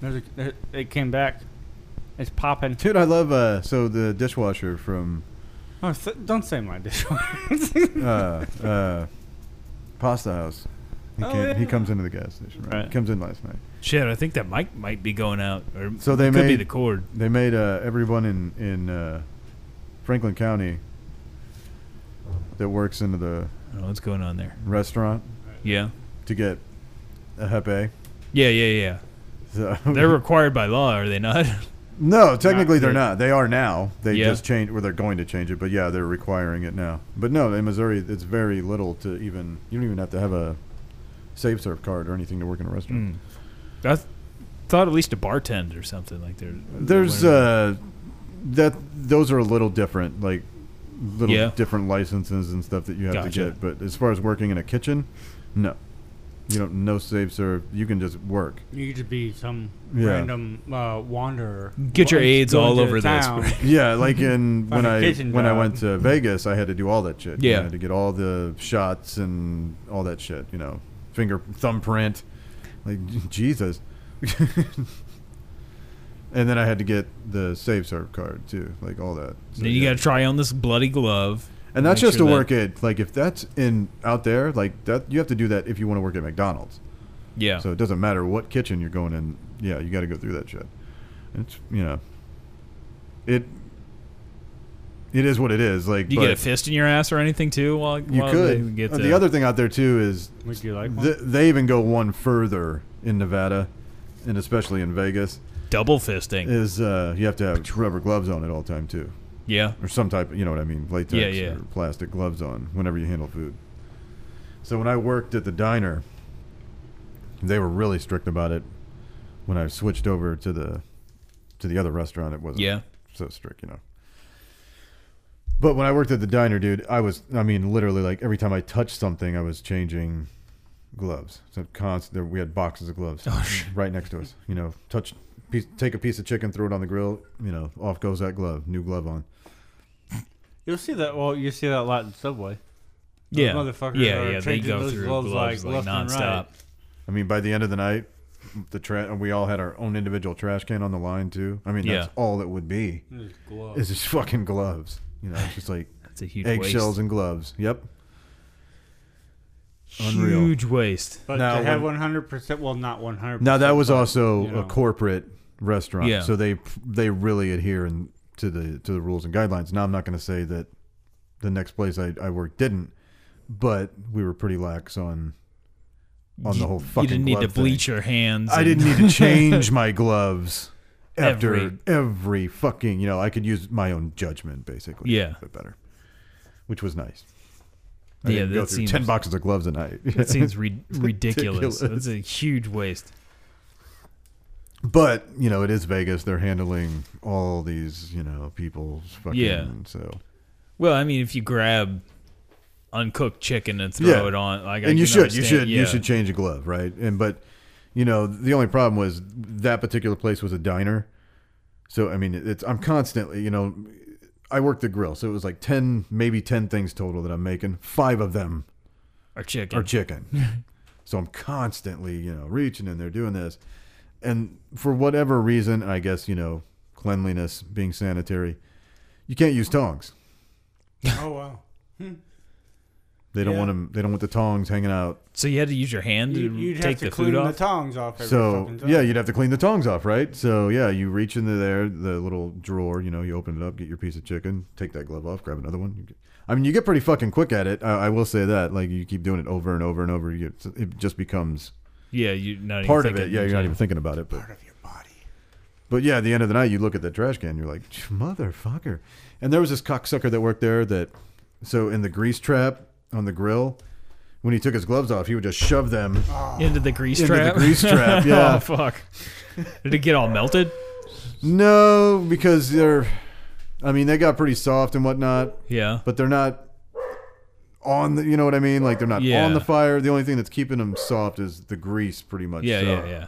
There's a, there- it came back. It's popping. Dude, I love uh, so the dishwasher from Oh, th- don't say my dishwasher. uh, uh, Pasta House. He, Oh, came, he yeah. comes into the gas station. Right? Right. He comes in last night. Shit, I think that mic might be going out. Or So they it could be made- the cord. They made uh, everyone in in uh, Franklin County that works into the I don't know what's going on there. restaurant Yeah. to get a hepe. Yeah, yeah, So yeah. They're required by law, are they not? no, technically Not they're good. not. They are now. They Yeah. just changed, or they're going to change it. But yeah, they're requiring it now. But no, in Missouri, it's very little to even. You don't even have to have a safe serve card or anything to work in a restaurant. Mm. I th- thought at least a bartender or something like there. There's uh, that those are a little different, like little Yeah. different licenses and stuff that you have Gotcha. to get. But as far as working in a kitchen, no, you don't. No save serve. You can just work. You could just be some Yeah. random uh, wanderer. Get your Going- aids going all to over this. town. Yeah, like in Find when a I kitchen when I job. went to Vegas, I had to do all that shit. Yeah. I had to get all the shots and all that shit. You know, finger thumbprint. Like Jesus. and then I had to get the save serve card too, like all that. So, Then you yeah. got to try on this bloody glove. And that's Make just sure to that- work at like if that's in out there like that you have to do that if you want to work at McDonald's. Yeah. So it doesn't matter what kitchen you're going in. Yeah, you got to go through that shit. It's you know, it it is what it is. Like you get a but fist in your ass or anything too? While, You while they could. Get Uh, the other thing out there too is Would you like one? th- they even go one further in Nevada, and especially in Vegas double fisting. is uh, you have to have rubber gloves on at all time too, yeah. or some type. You know what I mean? Latex Yeah, yeah. or plastic gloves on whenever you handle food. So when I worked at the diner, they were really strict about it. When I switched over to the to the other restaurant, it wasn't Yeah. so strict, you know. But when I worked at the diner, dude, I was, I mean, literally, like every time I touched something, I was changing gloves. So constant, we had boxes of gloves Oh, right next to us. You know, touch, piece, take a piece of chicken, throw it on the grill. You know, off goes that glove, new glove on. You'll see that. Well, you see that a lot in Subway. Those Yeah. motherfuckers yeah, are yeah. They changing go those through gloves, gloves, like, like, left and nonstop. right. I mean, by the end of the night, the tra- we all had our own individual trash can on the line too. I mean, that's Yeah. all it would be is just fucking gloves. You know, it's just like It's a huge eggshells waste. and gloves. Yep. Unreal. Huge waste. But Now, to have when- one hundred percent, well, not one hundred. Now that was also you know. a corporate restaurant, Yeah. so they they really adhere in, to the to the rules and guidelines. Now I'm not going to say that the next place I, I worked didn't, but we were pretty lax on on the whole You fucking. didn't need to glove thing. bleach your hands. I and- didn't need to change my gloves after Every- every, fucking. You know, I could use my own judgment basically. Yeah. a bit better, which was nice. I Yeah, didn't go that through seems ten boxes of gloves a night. That seems ri- ridiculous. Ridiculous. That's a huge waste. But you know, it is Vegas. They're handling all these you know people's fucking. Yeah. So Well, I mean, if you grab uncooked chicken and throw Yeah. it on, like, I and can you should you understand- should yeah. you should change a glove, right? And but you know the only problem was that particular place was a diner. So I mean, it's I'm constantly you know I work the grill, so it was like ten maybe ten things total that I'm making. Five of them or chicken. are chicken. so I'm constantly you know reaching in there doing this, and for whatever reason, I guess you know cleanliness being sanitary, you can't use tongs. Oh wow. They don't Yeah. want 'em want them. They don't want the tongs hanging out. so you had to use your hand You, to you'd take have to the clean food the off. tongs off. Every So fucking time. yeah, you'd have to clean the tongs off, right? So yeah, you reach into there, the little drawer. You know, you open it up, get your piece of chicken, take that glove off, grab another one. You get- I mean, you get pretty fucking quick at it. I, I will say that. Like you keep doing it over and over and over, you get, it just becomes yeah, you're not even part of it. thinking- Yeah, you're not even thinking about it, but Part of your body. But yeah, at the end of the night, you look at the trash can, you're like, motherfucker. And there was this cocksucker that worked there that, so in the grease trap on the grill, when he took his gloves off, he would just shove them. into the grease Into the trap. grease trap, yeah. oh fuck. Did it get all melted? No, because they're, I mean, they got pretty soft and whatnot, Yeah. but they're not on the, you know what I mean? Like they're not Yeah. on the fire. The only thing that's keeping them soft is the grease, pretty much. yeah, So- yeah, yeah.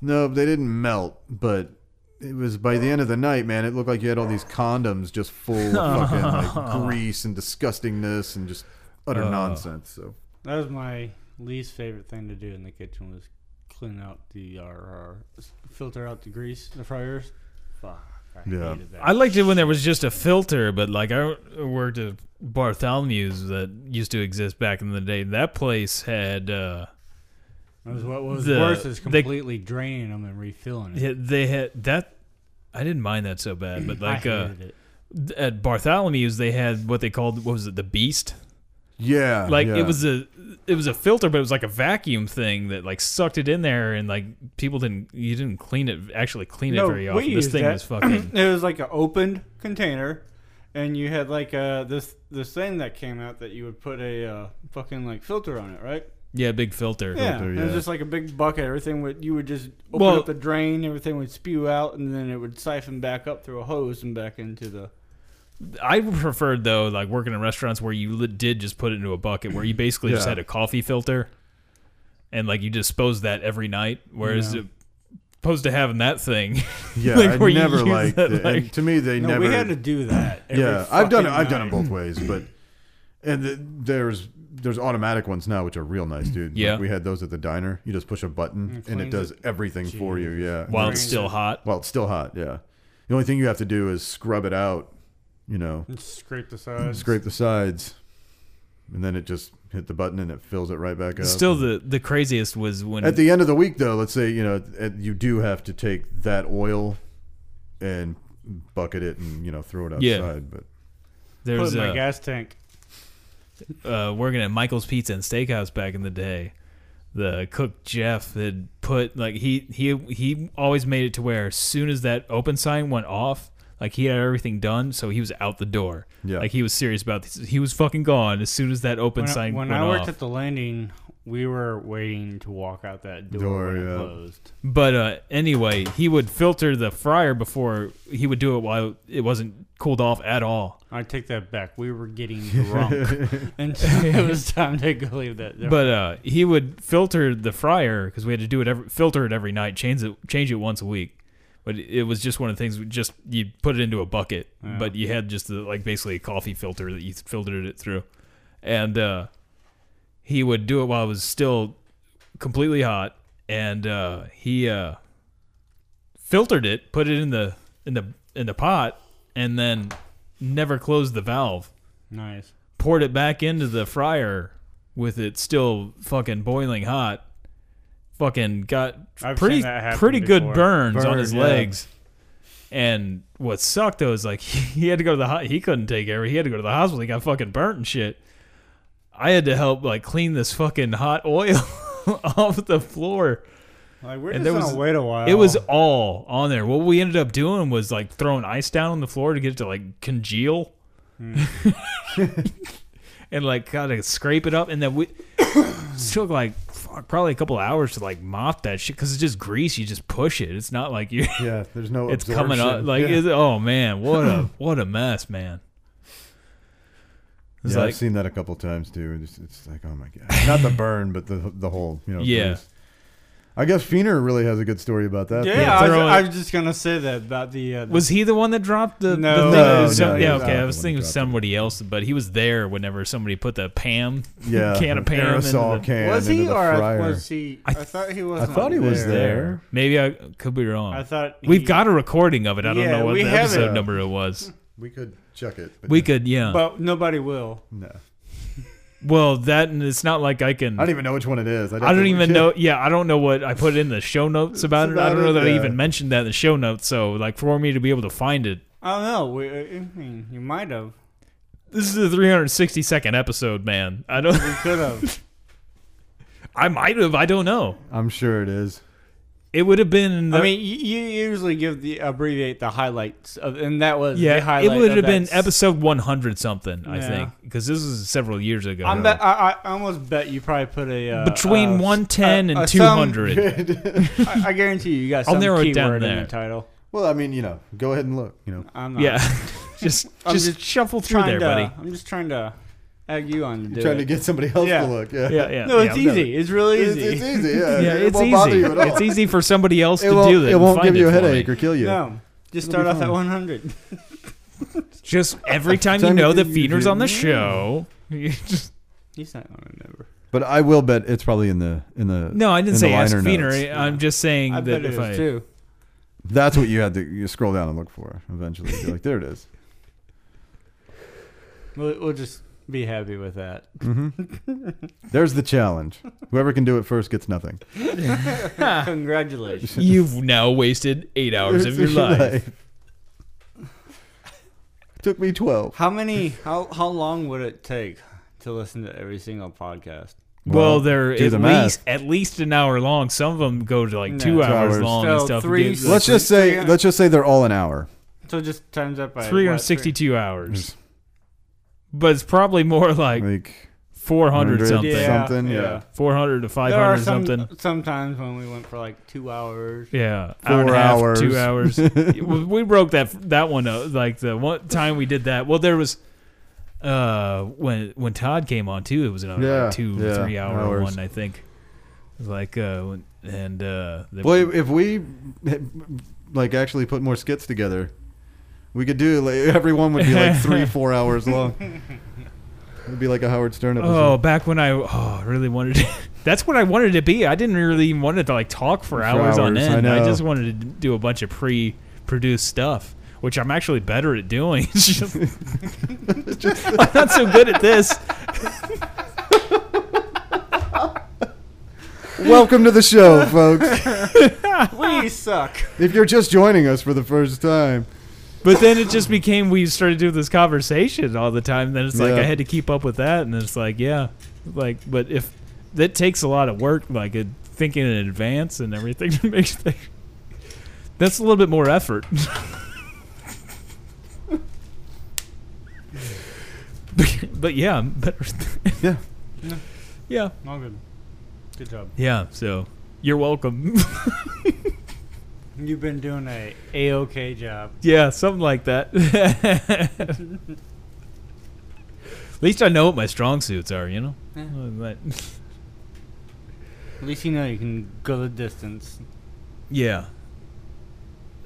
No, they didn't melt, but it was by the end of the night, man. It looked like you had all these condoms just full of fucking like, grease and disgustingness and just utter Oh. nonsense. So That was my least favorite thing to do in the kitchen was clean out the or, or filter out the grease, the fryers. Fuck, I Yeah. hated that. I liked it when there was just a filter, but like I worked at Bartholomew's that used to exist back in the day. That place had uh, That was what was The- worse is they- completely draining them and refilling it. yeah, they had that. I didn't mind that so bad, but like I uh, hated it. at Bartholomew's they had what they called what was it the Beast? yeah, Like yeah. it was a it was a filter, but it was like a vacuum thing that like sucked it in there, and like people didn't you didn't clean it actually clean it No, very we often. This used thing that. was fucking. It was like an opened container, and you had like uh this this thing that came out that you would put a uh, fucking like filter on it, right? Yeah, big filter. Yeah, Filter, it was yeah. just like a big bucket. Everything would you would just open Well- up the drain, everything would spew out, and then it would siphon back up through a hose and back into the. I preferred though, like working in restaurants where you li- did just put it into a bucket, where you basically just Yeah. had a coffee filter, and like you disposed that every night. Whereas opposed to having that thing, yeah. like, where I you never use liked that, it. like- And to me, they No, never. we had to do that. every yeah, I've done it. fucking I've done it night. both ways, but and the, there's there's automatic ones now which are real nice, dude. Like, Yeah. we had those at the diner. You just push a button and Mm, it cleans does everything for you. Yeah, while Right. it's still hot. while it's still hot. Yeah, the only thing you have to do is scrub it out. You know, And Scrape the sides. scrape the sides, and then it just hit the button and it fills it right back up. Still, the the craziest was when at the end of the week, though, let's say you know at, you do have to take that oil and bucket it and you know throw it outside. Yeah. But there Put was in my a- gas tank. uh, working at Michael's Pizza and Steakhouse back in the day, the cook Jeff had put like he he he always made it to where as soon as that open sign went off, like he had everything done, so he was out the door. Yeah. like he was serious about this. He was fucking gone as soon as that open When, I- sign when went I worked off. at the landing, we were waiting to walk out that door, Door, when yeah. it closed. but uh, anyway, he would filter the fryer before he would do it while it wasn't cooled off at all. I take that back. We were getting drunk until it was time to go leave that. Door. But uh, he would filter the fryer because we had to do it every filter it every night, change it change it once a week. But it was just one of the things. we Just you put it into a bucket, but you had just the, like basically a coffee filter that you filtered it through, and uh, he would do it while it was still completely hot, and uh, he uh, filtered it, put it in the in the in the pot, and then never closed the valve nice. poured it back into the fryer with it still fucking boiling hot. Fucking got I've pretty seen that happen pretty good before. burns on Burn, his yeah. legs. And what sucked though is like he had to go to the ho- he couldn't take care of it. He had to go to the hospital. He got fucking burnt and shit. I had to help like clean this fucking hot oil off the floor. Like we're And just there gonna was- wait a while. It was Oh. all on there. What we ended up doing was like throwing ice down on the floor to get it to like congeal, Hmm. and like kind of scrape it up. And then we it took like fuck, probably a couple hours to like mop that shit because it's just grease. You just push it. It's not like you. are yeah, there's no. It's coming up absorption. like Yeah. it's, oh man, what a what a mess, man. It's yeah, like I've seen that a couple times too. and It's, it's like, oh my god, not the burn, but the the whole, you know. Yeah. place. I guess Feener really has a good story about that. Yeah, Yeah, I, was, throw it- I was just gonna say that about the. Uh, the Was he the one that dropped the, the No. thing? No, It was no, some- he yeah, was okay. not I the was one thinking who of dropped it. somebody else, but he was there whenever somebody put the Pam yeah, can of Pam aerosol into the- can was into he the or fryer. was he? I, I th- thought he I was. thought he was there. Maybe I could be wrong. I thought he, We've got a recording of it. I don't Yeah, know what we the have episode it. number it was. We could check it. But We could, yeah. but nobody will. No, well, that and it's not like I can. I don't even know which one it is. I don't even know. Yeah, I don't know what I put in the show notes about, it. I about don't know it, that I yeah. even mentioned that in the show notes. So, like, for me to be able to find it, I don't know. We, uh, I mean, you might have. this is a 360 second episode, man. I don't. We could have. I might have. I don't know. I'm sure it is. It would have been. in The, I mean, you, you usually give the abbreviate the highlights of, and that was yeah, The highlight it would of have been that s- episode 100 something. I Yeah. think because this was several years ago. I'm bet, I, I almost bet you probably put a uh, Between uh, s- 110 a- and a sum- 200. I, I guarantee you, you got I'll some narrow it down keyword in there. the title. Well, I mean, you know, go ahead and look. You know, I'm not Yeah. just, I'm just just shuffle through trying there, to. buddy. I'm just trying to egg you on to do trying it. to get somebody else Yeah. to look. Yeah, Yeah, yeah. no, it's yeah, easy. It's really It's, easy. it's easy. Yeah, Yeah, It it's won't bother easy. you at all. It's easy for somebody else It to won't, do that. it and won't find give you it a for me. headache or kill you. No, just It'll be start off at fine. 100. Just every time you Time know you- the you feeder's do- on the show. you just- He's not gonna remember. But I will bet it's probably in the in the. no, I didn't In say the ask liner Feener. notes, I'm just saying I that bet it if is I too. That's what you had to you scroll down and look for. Eventually, you're like, there it is. We'll, we'll just be happy with that. There's the challenge. Whoever can do it first gets nothing. Ah. Congratulations. you've now wasted eight hours of your life. Took me twelve. How many? How how long would it take to listen to every single podcast? Well, Well, they're do at the math. least at least an hour long. Some of them go to like No. two Two hours, hours. long and So stuff. three- Gives- Let's just say let's just say they're all an hour. So just times that by what, 362 hours. But it's probably more like Like 400 something. Yeah, something, yeah. 400 to There are 500 some something. sometimes when we went for like two hours. Yeah, Four hour and a half, two hours. hours. we we broke that that one up. Like the one time we did that. Well, there was uh when when Todd came on too. It was another Yeah, like two yeah, three hour hours. one I think. It was Like uh when- and uh the, Well, if we like actually put more skits together, we could do like every one would be like three, four hours long. It'd be like a Howard Stern oh episode. back when I oh I really wanted to, that's what I wanted to be. I didn't really even want to like talk for, hours, on hours, I end. I, know. just wanted to do a bunch of pre produced stuff. Which I'm actually better at doing. It's just- I'm not so good at this. Welcome to the show, folks. we suck. If you're just joining us for the first time, But then it just became we started doing this conversation all the time. Then it's like Yeah. I had to keep up with that, and it's like yeah, like but if that takes a lot of work, like uh, thinking in advance and everything to make things. That's a little bit more effort. but yeah, I'm better. Yeah. yeah, All good. Good job. yeah. So you're welcome. You've been doing a a okay job. Yeah, something like that. At least I know what my strong suits are, you know? Yeah. Like- At least you know you can go the distance. Yeah.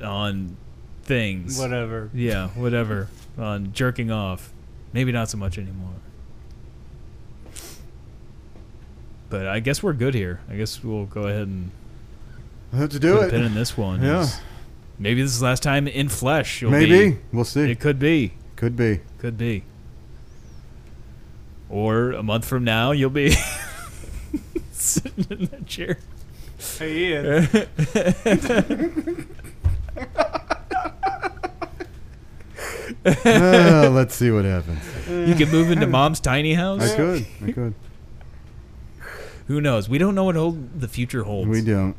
On things. Whatever. Yeah, whatever. On jerking off. Maybe not so much anymore. But I guess we're good here. I guess we'll go ahead and let's do put a pin it. in this one. Yeah. Maybe this is the last time in flesh. You'll Maybe be- we'll see. It could be. Could be. Could be. Or a month from now, you'll be sitting in that chair. Hey, Ian. Ah, let's see what happens. You could move into mom's tiny I house. could. I could. Who knows? We don't know what hold the future holds. We don't.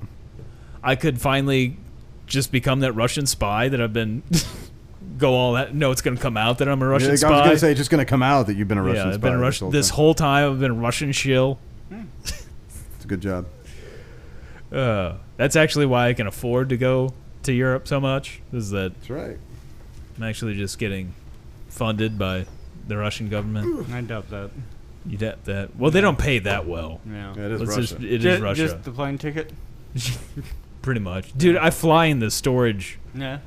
I could finally just become that Russian spy that I've been. go all that. No, it's going to come out that I'm a Russian Yeah, spy. I was gonna say it's just gonna come out that you've been a Russian yeah, I've spy. been Russian this time. whole time. I've been a Russian shill. It's a good job. Uh, that's actually why I can afford to go to Europe so much. Is that That's right. I'm actually just getting funded by the Russian government. I doubt that. You that that well, they don't pay that well. Yeah. It is Let's Russia. just- it is Ju- Russia, Just the plane ticket. pretty much, dude. I fly in the storage. Yeah.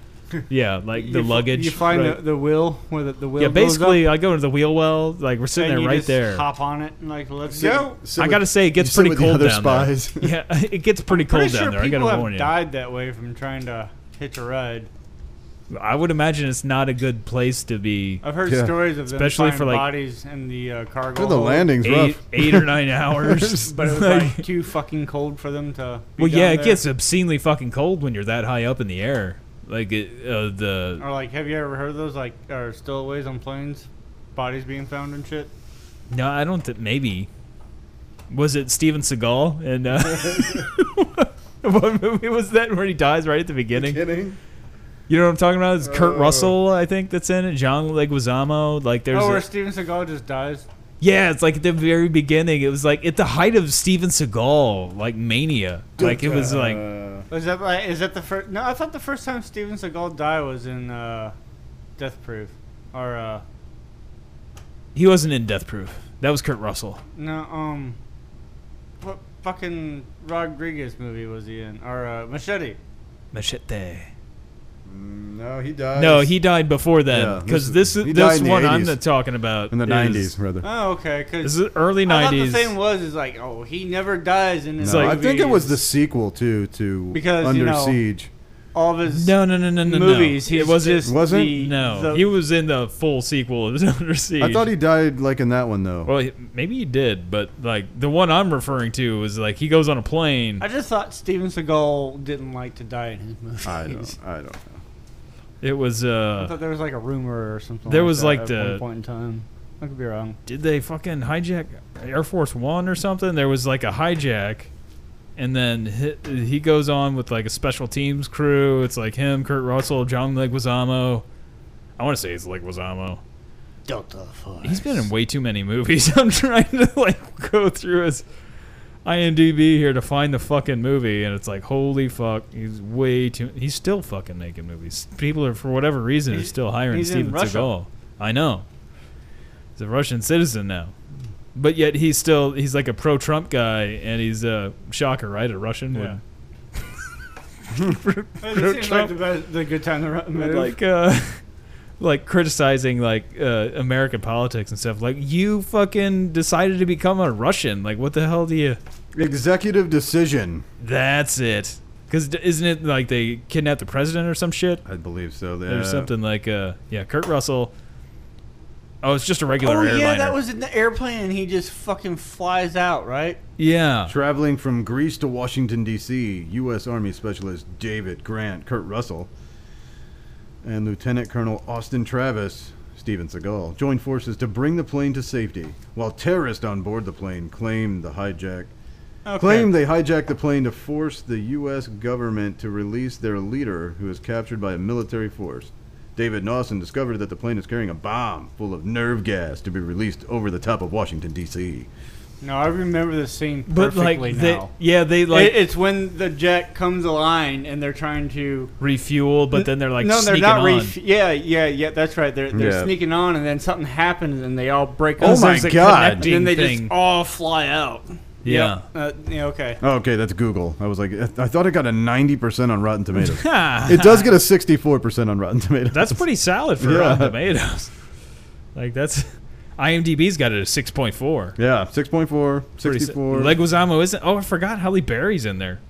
Yeah, like the You f- luggage. You find right. the, the wheel where the, the wheel. yeah, goes up, basically, I go into the wheel well. Like we're sitting and there you right just there. Hop on it and like let's Sit- go. sit I with- gotta say, it gets you sit pretty with the cold other down spies. there. Yeah, it gets pretty cold Pretty down sure there. I gotta people warn have you. died that way from trying to hitch a ride. I would imagine it's not a good place to be I've heard Yeah. stories of them Especially find for, like- bodies in the uh, cargo. Dude, the hold, landing's eight, rough. eight or nine hours. but it was like too fucking cold for them to. Be well, down yeah, it there. gets obscenely fucking cold when you're that high up in the air. Like it, uh, the Or like, have you ever heard of those like are stowaways on planes, bodies being found and shit? Oh. No, I don't think. Maybe was it Steven Seagal and uh, what movie was that where he dies right at the beginning? Kidding. You know what I'm talking about? It's Kurt Oh. Russell, I think, that's in it. John Leguizamo. Like there's oh, a- where Steven Seagal just dies. yeah, it's like at the very beginning. It was like at the height of Steven Seagal like mania. Like it was like Uh, Was that like, is that the first? No, I thought the first time Steven Seagal died was in uh, Death Proof, or uh, he wasn't in Death Proof. That was Kurt Russell. No, um, what fucking Rodriguez movie was he in? Or uh, Machete? Machete. No, he died. No, he died before then Uh, Yeah, because this- this this, he died in the one I'm 80s. not talking about in the is- nineties, rather. Oh, okay. Cause This is early I thought the nineties. thing was is like, oh, he never dies in his No, like- I think it was the movies. sequel too to Because, Under you know- Siege. all of his No, no, no, no, no. movies. no. He's it wasn't. just Wasn't? the- no, the- he was in the full sequel of Under Siege. I thought he died like in that one though. Well, he- maybe he did, but like the one I'm referring to was like he goes on a plane. I just thought Steven Seagal didn't like to die in his movies. I don't. I don't know. It was I uh, thought there was like a rumor or something. There like was, that like, at the- one point in time. I could be wrong. did they fucking hijack Air Force One or something? There was like a hijack, and then he, he goes on with like a special teams crew. It's like him, Kurt Russell, John Leguizamo. I want to say it's Leguizamo. Delta Force. He's been in way too many movies. I'm trying to like go through his IMDb here to find the fucking movie, and it's like, holy fuck, he's way too. He's still fucking making movies. People are for whatever reason are He's- still hiring he's in Steven Russia. Seagal. I know. He's a Russian citizen now, but yet he's still he's like a pro-Trump guy, and he's a shocker, right? A Russian would Yeah. It seems like the, best, the good time to ru- move. like uh like criticizing like uh American politics and stuff. Like you fucking decided to become a Russian. Like what the hell do you? Executive decision. That's it. Because isn't it like they kidnapped the president or some shit? I believe so. They, There's something like uh yeah, Kurt Russell. Oh, it's just a regular oh airliner. yeah, that was in the airplane, and he just fucking flies out, right? yeah. Traveling from Greece to Washington D.C., U.S. Army Specialist David Grant, Kurt Russell, and Lieutenant Colonel Austin Travis, Steven Seagal, joined forces to bring the plane to safety. While terrorists on board the plane claimed the hijack Okay. claimed they hijacked the plane to force the U.S. government to release their leader, who was captured by a military force. David Nawson discovered that the plane is carrying a bomb full of nerve gas to be released over the top of Washington D.C. No, I remember the scene But perfectly like they, now. yeah, they like It- it's when the jet comes aligned and they're trying to. refuel, but then they're like no, they're sneaking not. on. ref- yeah, yeah, yeah. That's right. They're they're Yeah. sneaking on, and then something happens, and they all break Oh up. my There's a God. And connecting then they thing. just all fly out. yeah. Yep. Uh, yeah. Okay. Oh, okay, that's Google. I was like, I thought it got a 90% on Rotten Tomatoes. Ha. it does get a 64% on Rotten Tomatoes. That's pretty solid for Yeah. Rotten Tomatoes. Like that's IMDb's got it at six point four. Yeah, 6.4, Pretty si- 64. Leguizamo isn't. Oh, I forgot Halle Berry's in there.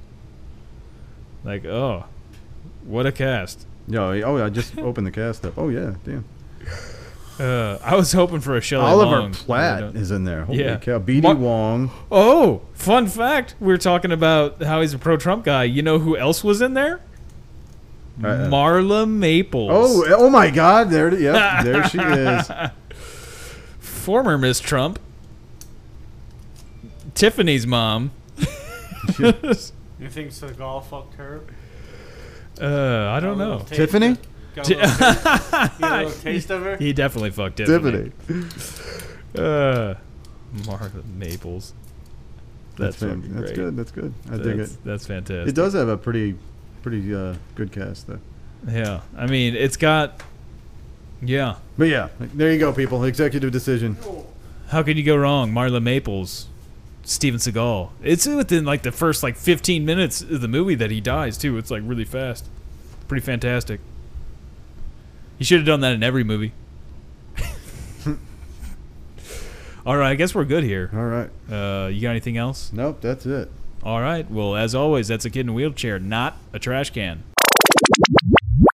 Like oh, what a cast. yeah, oh, I just opened the cast up. Oh, yeah, damn. Uh, I was hoping for a Shelley Oliver Long. I Platt don't- is in there. Holy Yeah. cow. B.D. Mar- Wong. Oh, fun fact! We were talking about how he's a pro-Trump guy. You know who else was in there? Uh, Marla Maples. Oh, oh my God! There, it- yep, there she is. former Miss Trump, Tiffany's mom. You think Seagal fucked her? Uh, I don't know. Tiffany. Got a little, taste- got a little taste of her. He definitely fucked Tiffany. Tiffany. Uh, Martha Maples. That's fan- fucking that's great. good. That's good. I dig that's, it. That's fantastic. It does have a pretty, pretty uh, good cast though. Yeah. I mean, it's got. Yeah. But yeah, there you go, people. Executive decision. How could you go wrong? Marla Maples, Steven Seagal. It's within like the first like 15 minutes of the movie that he dies too. It's like really fast. Pretty fantastic. He should have done that in every movie. All right, I guess we're good here. All right. Uh, you got anything else? Nope, that's it. All right. Well, as always, that's a kid in a wheelchair, not a trash can.